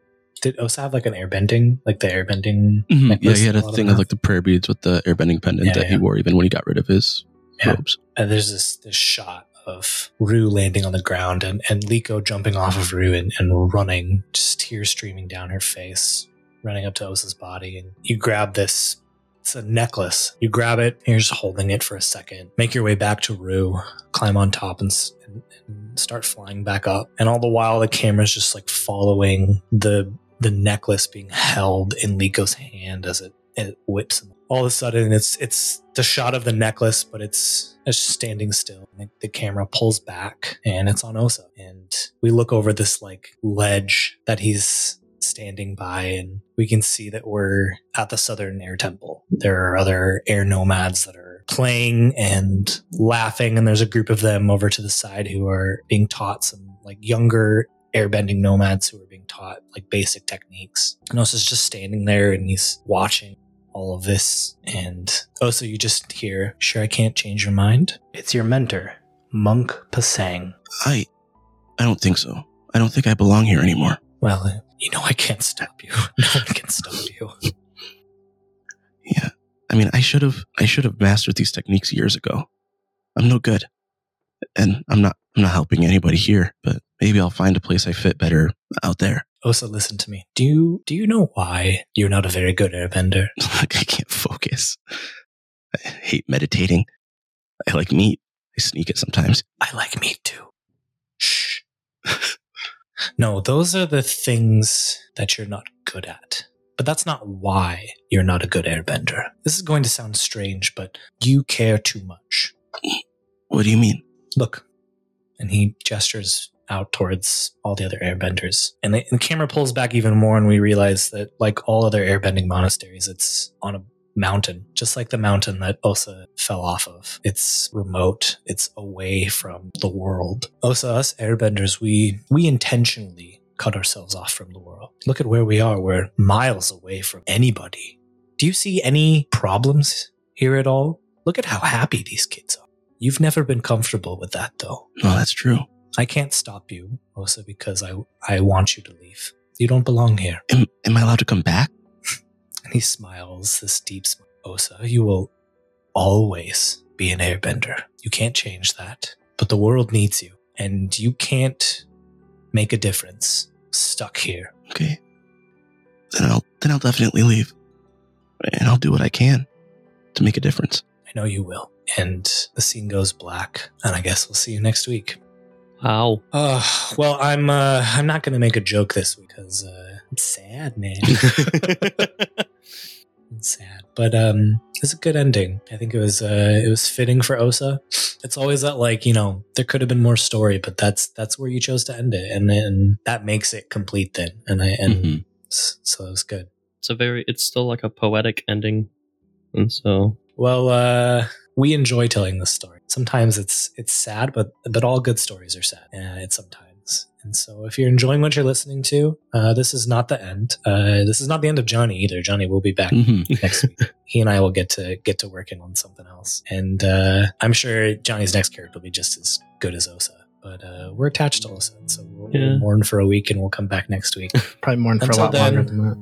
Speaker 1: did Osa have like an airbending? Like the airbending
Speaker 9: Mm-hmm. Yeah,
Speaker 1: necklace
Speaker 9: he had
Speaker 1: Mm-hmm. lot
Speaker 9: a thing of like the prayer beads with the airbending pendant
Speaker 1: Yeah,
Speaker 9: that he
Speaker 1: yeah.
Speaker 9: wore even when he got rid of his
Speaker 1: Yeah.
Speaker 9: robes.
Speaker 1: And there's this this shot of Rue landing on the ground and, and Liko jumping off of Rue and, and running, just tears streaming down her face, running up to Osa's body. And you grab this. It's a necklace. You grab it. And you're just holding it for a second. Make your way back to Rue. Climb on top and, s- and, and start flying back up. And all the while, the camera's just like following the the necklace being held in Liko's hand as it it whips him. All of a sudden, it's it's the shot of the necklace, but it's it's just standing still. Like, The camera pulls back, and it's on Osa. And we look over this like ledge that he's standing by, and we can see that we're at the Southern Air Temple. There are other air nomads that are playing and laughing, and there's a group of them over to the side who are being taught some like younger airbending nomads who are being taught like basic techniques. And Osa's just standing there and he's watching all of this. And Osa, you just hear, sure, I can't change your mind.
Speaker 12: It's your mentor, Monk Pasang.
Speaker 9: I, I don't think so. I don't think I belong here anymore.
Speaker 1: Well, uh, you know I can't stop you. No one can stop you.
Speaker 9: Yeah. I mean, I should have I should have mastered these techniques years ago. I'm no good. And I'm not I'm not helping anybody here, but maybe I'll find a place I fit better out there.
Speaker 1: Osa, Oh, listen to me. Do you do you know why you're not a very good airbender?
Speaker 9: Like I can't focus. I hate meditating. I like meat. I sneak it sometimes.
Speaker 1: I like meat too. Shh. no, those are the things that you're not good at. But that's not why you're not a good airbender. This is going to sound strange, but you care too much.
Speaker 9: What do you mean?
Speaker 1: Look. And he gestures out towards all the other airbenders. And the, the camera pulls back even more, and we realize that, like all other airbending monasteries, it's on a mountain, just like the mountain that Osa fell off of. It's remote, it's away from the world. Osa, us airbenders, we, we intentionally cut ourselves off from the world. Look at where we are. We're miles away from anybody. Do you see any problems here at all? Look at how happy these kids are. You've never been comfortable with that, though.
Speaker 9: No, that's true.
Speaker 1: I can't stop you, Osa, because I, I want you to leave. You don't belong here.
Speaker 9: Am, am I allowed to come back?
Speaker 1: And he smiles this deep smile. Osa, you will always be an airbender. You can't change that. But the world needs you. And you can't make a difference stuck here.
Speaker 9: Okay. Then I'll then I'll definitely leave. And I'll do what I can to make a difference.
Speaker 1: I know you will. And the scene goes black. And I guess we'll see you next week.
Speaker 8: Wow.
Speaker 1: Uh, well, I'm uh, I'm not going to make a joke this week because uh, I'm sad, man. I'm sad, but um, it's a good ending. I think it was uh, it was fitting for Osa. It's always that like you know there could have been more story, but that's that's where you chose to end it, and and that makes it complete then. And I and
Speaker 9: Mhm.
Speaker 1: s- so it was good.
Speaker 8: It's a very it's still like a poetic ending. And so
Speaker 1: Well, uh, we enjoy telling this story. Sometimes it's it's sad, but but all good stories are sad. Uh, it's sometimes. And so, if you're enjoying what you're listening to, uh, this is not the end. Uh, this is not the end of Johnny either. Johnny will be back
Speaker 9: Mm-hmm.
Speaker 1: next week. He and I will get to get to working on something else. And uh, I'm sure Johnny's next character will be just as good as Osa. But uh, we're attached to Osa, and so we'll,
Speaker 8: Yeah.
Speaker 1: we'll mourn for a week, and we'll come back next week.
Speaker 4: Probably mourn for
Speaker 1: Until
Speaker 4: a lot
Speaker 1: then-
Speaker 4: longer than that.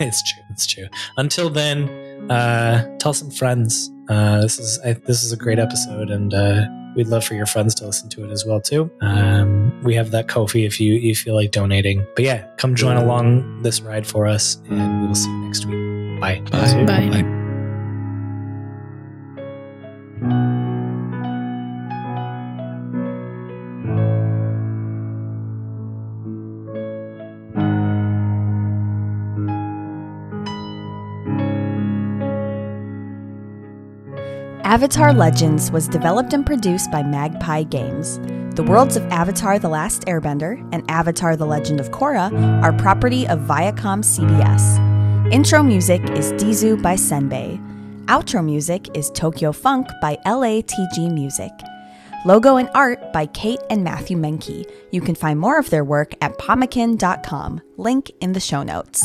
Speaker 1: it's true. It's true. Until then, uh, tell some friends. Uh, this is I, this is a great episode, and uh, we'd love for your friends to listen to it as well too. Um, we have that Kofi if you you feel like donating. But yeah, come join along this ride for us, and we will see you next week. Bye.
Speaker 9: Bye.
Speaker 7: Bye.
Speaker 2: Avatar Legends was developed and produced by Magpie Games. The worlds of Avatar The Last Airbender and Avatar The Legend of Korra are property of Viacom CBS. Intro music is Dizu by Senbei. Outro music is Tokyo Funk by LATG Music. Logo and art by Kate and Matthew Menke. You can find more of their work at pomakin.com. Link in the show notes.